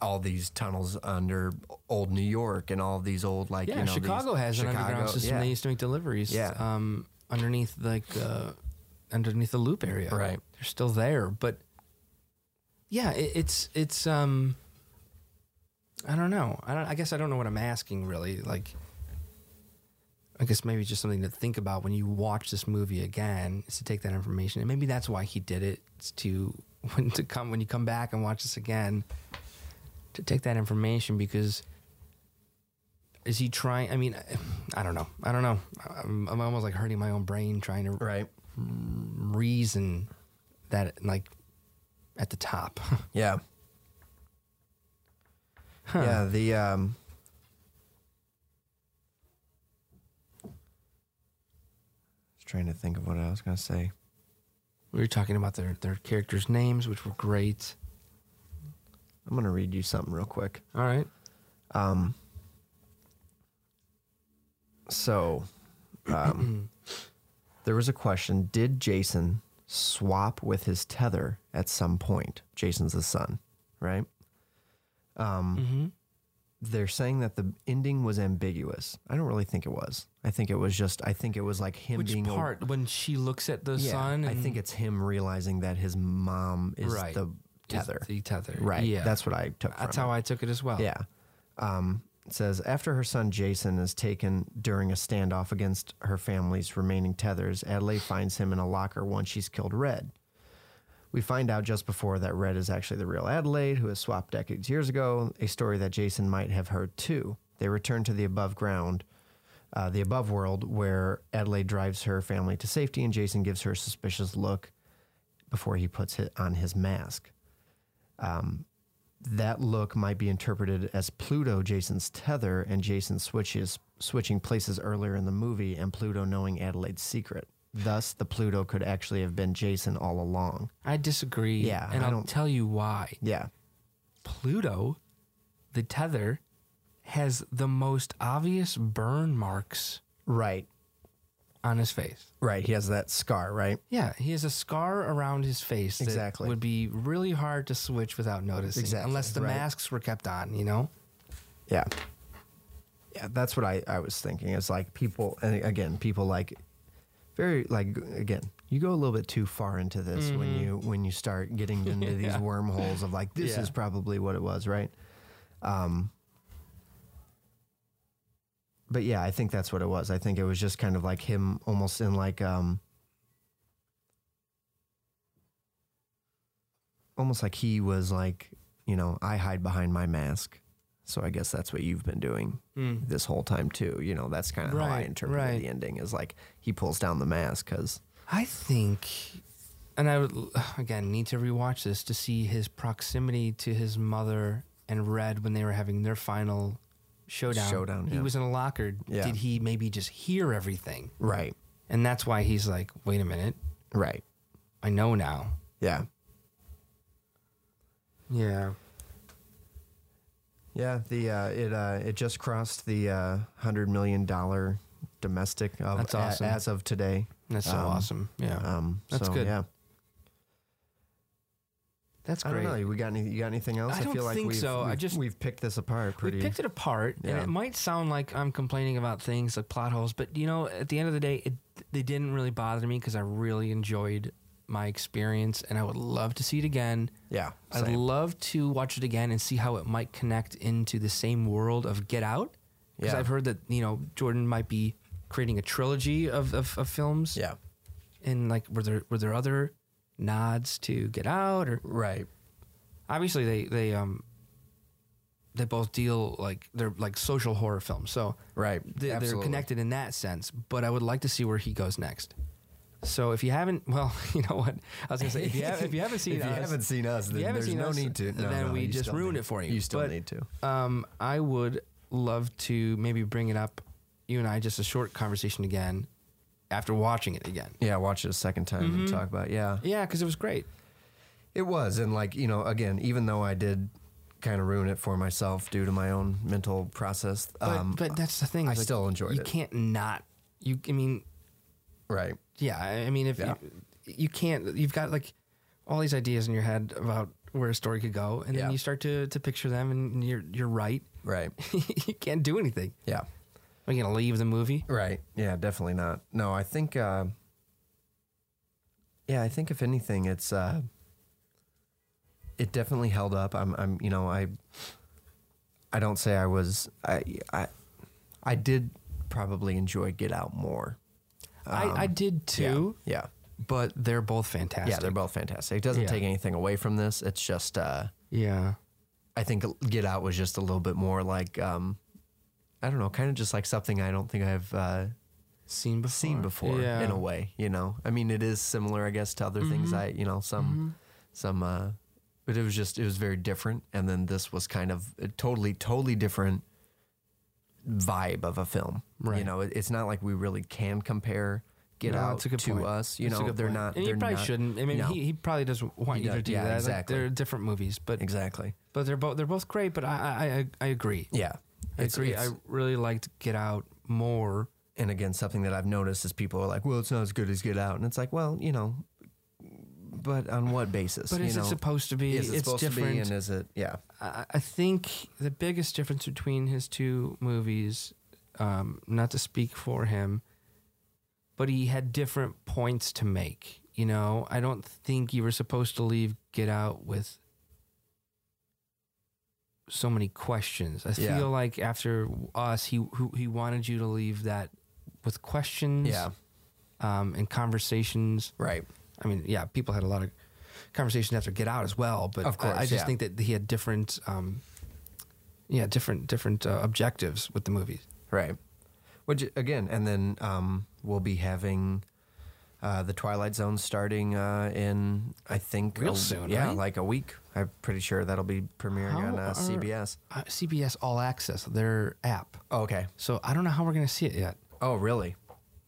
[SPEAKER 2] all these tunnels under old New York and all these old like
[SPEAKER 1] Yeah,
[SPEAKER 2] you know
[SPEAKER 1] Chicago
[SPEAKER 2] these,
[SPEAKER 1] has an underground
[SPEAKER 2] Chicago-
[SPEAKER 1] system.
[SPEAKER 2] yeah.
[SPEAKER 1] They used to make deliveries.
[SPEAKER 2] Yeah.
[SPEAKER 1] Um, underneath like the underneath the loop area.
[SPEAKER 2] Right.
[SPEAKER 1] They're still there, but yeah, it, it's it's um. I don't know. I don't. I guess I don't know what I'm asking really. Like, I guess maybe just something to think about when you watch this movie again is to take that information, and maybe that's why he did it. It's to when to come when you come back and watch this again to take that information because is he trying? I mean, I- I don't know. I don't know. I'm, I'm almost like hurting my own brain trying to
[SPEAKER 2] right
[SPEAKER 1] reason that like at the top.
[SPEAKER 2] Yeah. Yeah, the um Just trying to think of what I was going to say.
[SPEAKER 1] we were talking about their their characters' names, which were great.
[SPEAKER 2] I'm going to read you something real quick.
[SPEAKER 1] All right.
[SPEAKER 2] Um So, um there was a question, did Jason swap with his tether at some point? Jason's the son, right? Um
[SPEAKER 1] Mm-hmm.
[SPEAKER 2] they're saying that the ending was ambiguous. I don't really think it was. I think it was just. I think it was like him
[SPEAKER 1] Which
[SPEAKER 2] being a-
[SPEAKER 1] part when she looks at the
[SPEAKER 2] yeah,
[SPEAKER 1] sun?
[SPEAKER 2] I think it's him realizing that his mom is
[SPEAKER 1] Right.
[SPEAKER 2] the tether.
[SPEAKER 1] the tether.
[SPEAKER 2] right.
[SPEAKER 1] Yeah.
[SPEAKER 2] That's what I took.
[SPEAKER 1] that's
[SPEAKER 2] from
[SPEAKER 1] how I took it as well.
[SPEAKER 2] it. Yeah. Um, it says after her son Jason is taken during a standoff against her family's remaining tethers, Adelaide finds him in a locker once she's killed Red. We find out just before that Red is actually the real Adelaide, who was swapped decades years ago, a story that Jason might have heard too. They return to the above ground, uh, the above world, where Adelaide drives her family to safety and Jason gives her a suspicious look before he puts it on his mask. Um, that look might be interpreted as Pluto, Jason's tether, and Jason switches switching places earlier in the movie, and Pluto knowing Adelaide's secret. Thus, the Pluto could actually have been Jason all along.
[SPEAKER 1] I disagree.
[SPEAKER 2] Yeah,
[SPEAKER 1] And
[SPEAKER 2] I
[SPEAKER 1] I'll
[SPEAKER 2] don't-
[SPEAKER 1] tell you why.
[SPEAKER 2] Yeah.
[SPEAKER 1] Pluto, the tether, has the most obvious burn marks
[SPEAKER 2] Right.
[SPEAKER 1] on his face.
[SPEAKER 2] Right. He has that scar, right?
[SPEAKER 1] Yeah, he has a scar around his face. that
[SPEAKER 2] Exactly.
[SPEAKER 1] would be really hard to switch without noticing,
[SPEAKER 2] Exactly,
[SPEAKER 1] unless the
[SPEAKER 2] right.
[SPEAKER 1] masks were kept on. You know.
[SPEAKER 2] Yeah. Yeah, that's what I, I was thinking. It's like people, and again, people like very like again, you go a little bit too far into this when you when you start getting into these wormholes of like this
[SPEAKER 1] Yeah.
[SPEAKER 2] is probably what it was, right? Um, but yeah, I think that's what it was. I think it was just kind of like him almost in like um almost like he was like, you know, I hide behind my mask. So I guess that's what you've been doing this whole time too. You know, that's kind of how I
[SPEAKER 1] Right,
[SPEAKER 2] interpret
[SPEAKER 1] right.
[SPEAKER 2] the ending is like he pulls down the mask because
[SPEAKER 1] I think, and I would again need to rewatch this to see his proximity to his mother and Red when they were having their final showdown.
[SPEAKER 2] Showdown,
[SPEAKER 1] He
[SPEAKER 2] yeah.
[SPEAKER 1] was in a locker.
[SPEAKER 2] Yeah.
[SPEAKER 1] Did he maybe just hear everything?
[SPEAKER 2] right,
[SPEAKER 1] And that's why he's like, wait a minute,
[SPEAKER 2] right,
[SPEAKER 1] I know now.
[SPEAKER 2] yeah,
[SPEAKER 1] Yeah.
[SPEAKER 2] yeah. The uh, it uh, it just crossed the uh, hundred million dollar domestic of
[SPEAKER 1] That's awesome.
[SPEAKER 2] a- as of today.
[SPEAKER 1] That's so
[SPEAKER 2] Um,
[SPEAKER 1] awesome. Yeah.
[SPEAKER 2] Um,
[SPEAKER 1] That's
[SPEAKER 2] so,
[SPEAKER 1] good.
[SPEAKER 2] Yeah,
[SPEAKER 1] that's
[SPEAKER 2] I
[SPEAKER 1] great.
[SPEAKER 2] don't know. We got any? You got anything else?
[SPEAKER 1] I don't
[SPEAKER 2] feel like
[SPEAKER 1] think
[SPEAKER 2] we've,
[SPEAKER 1] so. I
[SPEAKER 2] We've,
[SPEAKER 1] just-
[SPEAKER 2] we've picked this apart. Pretty.
[SPEAKER 1] We picked it apart, and
[SPEAKER 2] Yeah.
[SPEAKER 1] it might sound like I'm complaining about things like plot holes, but you know, at the end of the day, it, they didn't really bother me because I really enjoyed my experience, and I would love to see it again.
[SPEAKER 2] yeah.
[SPEAKER 1] I'd
[SPEAKER 2] same.
[SPEAKER 1] love to watch it again and see how it might connect into the same world of Get Out, because
[SPEAKER 2] Yeah.
[SPEAKER 1] I've heard that you know Jordan might be creating a trilogy of of, of films,
[SPEAKER 2] yeah.
[SPEAKER 1] and like were there were there other nods to Get Out or
[SPEAKER 2] Right.
[SPEAKER 1] obviously they they um they both deal like they're like social horror films so
[SPEAKER 2] Right.
[SPEAKER 1] they, they're
[SPEAKER 2] Absolutely.
[SPEAKER 1] connected in that sense but i would like to see where he goes next so if you haven't well you know what i was going to say if you, have, if you haven't seen
[SPEAKER 2] if
[SPEAKER 1] us,
[SPEAKER 2] you haven't seen us,
[SPEAKER 1] if
[SPEAKER 2] then
[SPEAKER 1] you haven't
[SPEAKER 2] there's
[SPEAKER 1] seen
[SPEAKER 2] no
[SPEAKER 1] us,
[SPEAKER 2] need to. No,
[SPEAKER 1] then
[SPEAKER 2] no,
[SPEAKER 1] we
[SPEAKER 2] you
[SPEAKER 1] just
[SPEAKER 2] still
[SPEAKER 1] ruined
[SPEAKER 2] need-
[SPEAKER 1] it for you
[SPEAKER 2] You still
[SPEAKER 1] But,
[SPEAKER 2] need to.
[SPEAKER 1] um i would love to maybe bring it up you and i just a short conversation again after watching it again
[SPEAKER 2] Yeah, watch it a second time
[SPEAKER 1] Mm-hmm.
[SPEAKER 2] and talk about. it. Yeah,
[SPEAKER 1] yeah because it was great
[SPEAKER 2] it was, and like you know, again, even though I did kind of ruin it for myself due to my own mental process.
[SPEAKER 1] but,
[SPEAKER 2] um,
[SPEAKER 1] but that's the thing
[SPEAKER 2] I
[SPEAKER 1] is,
[SPEAKER 2] still enjoyed
[SPEAKER 1] you
[SPEAKER 2] it.
[SPEAKER 1] can't not you i mean
[SPEAKER 2] right.
[SPEAKER 1] yeah i I mean if
[SPEAKER 2] Yeah.
[SPEAKER 1] you, you can't you've got like all these ideas in your head about where a story could go and
[SPEAKER 2] Yeah.
[SPEAKER 1] then you start to, to picture them and you're you're right
[SPEAKER 2] Right.
[SPEAKER 1] you can't do anything
[SPEAKER 2] Yeah.
[SPEAKER 1] are you gonna leave the movie
[SPEAKER 2] Right. Yeah, definitely not. No, I think uh Yeah, I think if anything it's uh it definitely held up. I'm I'm you know, I I don't say I was I I I did probably enjoy Get Out more. Um,
[SPEAKER 1] I, I did too
[SPEAKER 2] Yeah.
[SPEAKER 1] but Um, they're both
[SPEAKER 2] Yeah,
[SPEAKER 1] fantastic
[SPEAKER 2] they're both fantastic. It doesn't
[SPEAKER 1] Yeah.
[SPEAKER 2] take anything away from this. It's just uh
[SPEAKER 1] yeah
[SPEAKER 2] I think Get Out was just a little bit more like um I don't know, kind of just like something I don't think I've uh
[SPEAKER 1] seen before
[SPEAKER 2] seen before
[SPEAKER 1] yeah. Mm-hmm.
[SPEAKER 2] in a way, you know. I mean, it is similar, I guess, to other things. I, you know, some, some, uh, but it was just it was very different. And then this was kind of a totally, totally different vibe of a film. You
[SPEAKER 1] Right.
[SPEAKER 2] know, it, it's not like we really can compare Get
[SPEAKER 1] No,
[SPEAKER 2] Out
[SPEAKER 1] that's a good
[SPEAKER 2] to
[SPEAKER 1] point.
[SPEAKER 2] us. You
[SPEAKER 1] That's a
[SPEAKER 2] know,
[SPEAKER 1] good
[SPEAKER 2] they're
[SPEAKER 1] point.
[SPEAKER 2] not.
[SPEAKER 1] and
[SPEAKER 2] they're
[SPEAKER 1] you probably
[SPEAKER 2] not-
[SPEAKER 1] shouldn't i mean
[SPEAKER 2] no.
[SPEAKER 1] he, he probably doesn't want
[SPEAKER 2] He
[SPEAKER 1] you to
[SPEAKER 2] does-
[SPEAKER 1] do
[SPEAKER 2] yeah,
[SPEAKER 1] that Like,
[SPEAKER 2] exactly.
[SPEAKER 1] they're different movies but
[SPEAKER 2] exactly.
[SPEAKER 1] but they're both they're both great but i i i, I agree
[SPEAKER 2] Yeah,
[SPEAKER 1] i
[SPEAKER 2] It's-
[SPEAKER 1] agree
[SPEAKER 2] it's-
[SPEAKER 1] i really liked get out more
[SPEAKER 2] and again, something that I've noticed is people are like, "Well, it's not as good as Get Out," and it's like, well, you know, but on what basis?
[SPEAKER 1] But
[SPEAKER 2] you
[SPEAKER 1] is
[SPEAKER 2] know?
[SPEAKER 1] it supposed to be?
[SPEAKER 2] Is it
[SPEAKER 1] it's
[SPEAKER 2] supposed
[SPEAKER 1] different.
[SPEAKER 2] to be? And is it? Yeah.
[SPEAKER 1] I, I think the biggest difference between his two movies, um, not to speak for him, but he had different points to make. You know, I don't think you were supposed to leave Get Out with so many questions. I
[SPEAKER 2] Yeah.
[SPEAKER 1] feel like after Us, he who, he wanted you to leave that with questions,
[SPEAKER 2] Yeah.
[SPEAKER 1] um, and conversations.
[SPEAKER 2] Right.
[SPEAKER 1] I mean, yeah, people had a lot of conversations after Get Out as well, but
[SPEAKER 2] Of course,
[SPEAKER 1] I, I just
[SPEAKER 2] yeah.
[SPEAKER 1] think that he had different, um, yeah, different different uh, objectives with the movies.
[SPEAKER 2] Right. Which again, and then um, we'll be having uh, the Twilight Zone starting uh, in I think
[SPEAKER 1] Real
[SPEAKER 2] a-
[SPEAKER 1] soon,
[SPEAKER 2] Yeah,
[SPEAKER 1] right?
[SPEAKER 2] like a week. I'm pretty sure that'll be premiering
[SPEAKER 1] How
[SPEAKER 2] on
[SPEAKER 1] are-
[SPEAKER 2] uh, CBS.
[SPEAKER 1] Uh, CBS All Access, their app.
[SPEAKER 2] Oh, okay.
[SPEAKER 1] So I don't know how we're gonna see it yet.
[SPEAKER 2] Oh, really?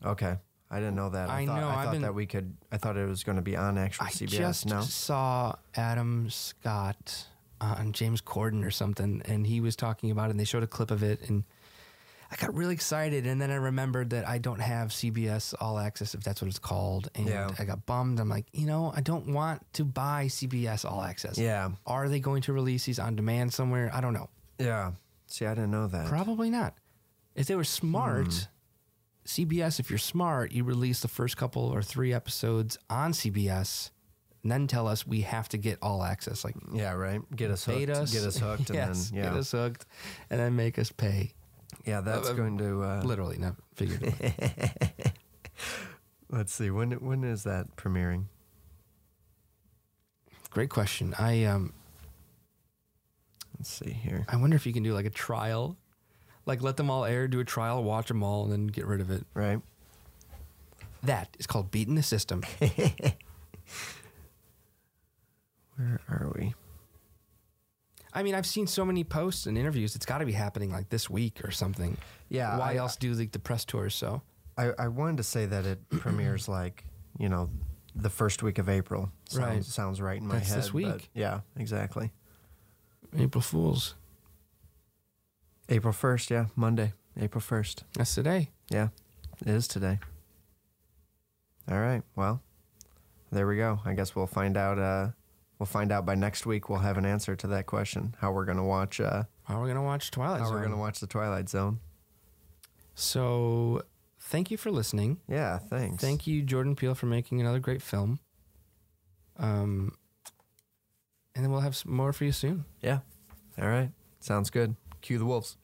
[SPEAKER 2] Okay. I didn't know that. I,
[SPEAKER 1] I
[SPEAKER 2] thought,
[SPEAKER 1] know,
[SPEAKER 2] I
[SPEAKER 1] I've
[SPEAKER 2] thought
[SPEAKER 1] been-
[SPEAKER 2] that we could. I thought it was going to be on actual
[SPEAKER 1] I
[SPEAKER 2] CBS.
[SPEAKER 1] just
[SPEAKER 2] no.
[SPEAKER 1] saw Adam Scott uh, on James Corden or something, and he was talking about it, and they showed a clip of it, and I got really excited, and then I remembered that I don't have CBS All Access, if that's what it's called, and
[SPEAKER 2] Yeah.
[SPEAKER 1] I got bummed. I'm like, you know, I don't want to buy CBS All Access.
[SPEAKER 2] Yeah.
[SPEAKER 1] Are they going to release these on demand somewhere? I don't know.
[SPEAKER 2] Yeah. See, I didn't know that.
[SPEAKER 1] Probably not. If they were smart,
[SPEAKER 2] Hmm.
[SPEAKER 1] CBS, if you're smart, you release the first couple or three episodes on CBS and then tell us we have to get all access. Like,
[SPEAKER 2] yeah. Right. Get us hooked.
[SPEAKER 1] paid us.
[SPEAKER 2] Get us hooked,
[SPEAKER 1] yes,
[SPEAKER 2] and then
[SPEAKER 1] Get
[SPEAKER 2] yeah.
[SPEAKER 1] us hooked and then make us pay.
[SPEAKER 2] Yeah. That's
[SPEAKER 1] uh,
[SPEAKER 2] going to. Uh,
[SPEAKER 1] Literally, not figuratively.
[SPEAKER 2] let's see. When when is that premiering?
[SPEAKER 1] Great question. I um
[SPEAKER 2] Let's see here.
[SPEAKER 1] I wonder if you can do like a trial, like let them all air, do a trial, watch them all, and then get rid of it.
[SPEAKER 2] Right.
[SPEAKER 1] That is called beating the system.
[SPEAKER 2] Where are we?
[SPEAKER 1] I mean, I've seen so many posts and interviews. It's got to be happening like this week or something.
[SPEAKER 2] Yeah.
[SPEAKER 1] Why
[SPEAKER 2] I,
[SPEAKER 1] else do like the press tours? So
[SPEAKER 2] I, I wanted to say that it premieres like, you know, the first week of April. Sounds,
[SPEAKER 1] Right.
[SPEAKER 2] Sounds right in my
[SPEAKER 1] That's
[SPEAKER 2] head.
[SPEAKER 1] this
[SPEAKER 2] but
[SPEAKER 1] week.
[SPEAKER 2] yeah, exactly.
[SPEAKER 1] April Fools.
[SPEAKER 2] April 1st. Yeah. Monday, April 1st.
[SPEAKER 1] That's today.
[SPEAKER 2] Yeah. It is today. All right. Well, there we go. I guess we'll find out. Uh, we'll find out by next week. We'll have an answer to that question. How we're gonna watch. Uh,
[SPEAKER 1] How are we gonna watch Twilight
[SPEAKER 2] how
[SPEAKER 1] Zone?
[SPEAKER 2] we're gonna watch the Twilight Zone.
[SPEAKER 1] so, thank you for listening.
[SPEAKER 2] Yeah. Thanks.
[SPEAKER 1] Thank you, Jordan Peele, for making another great film. Um, and then we'll have some more for you soon.
[SPEAKER 2] Yeah. All right. Sounds good. Cue the wolves.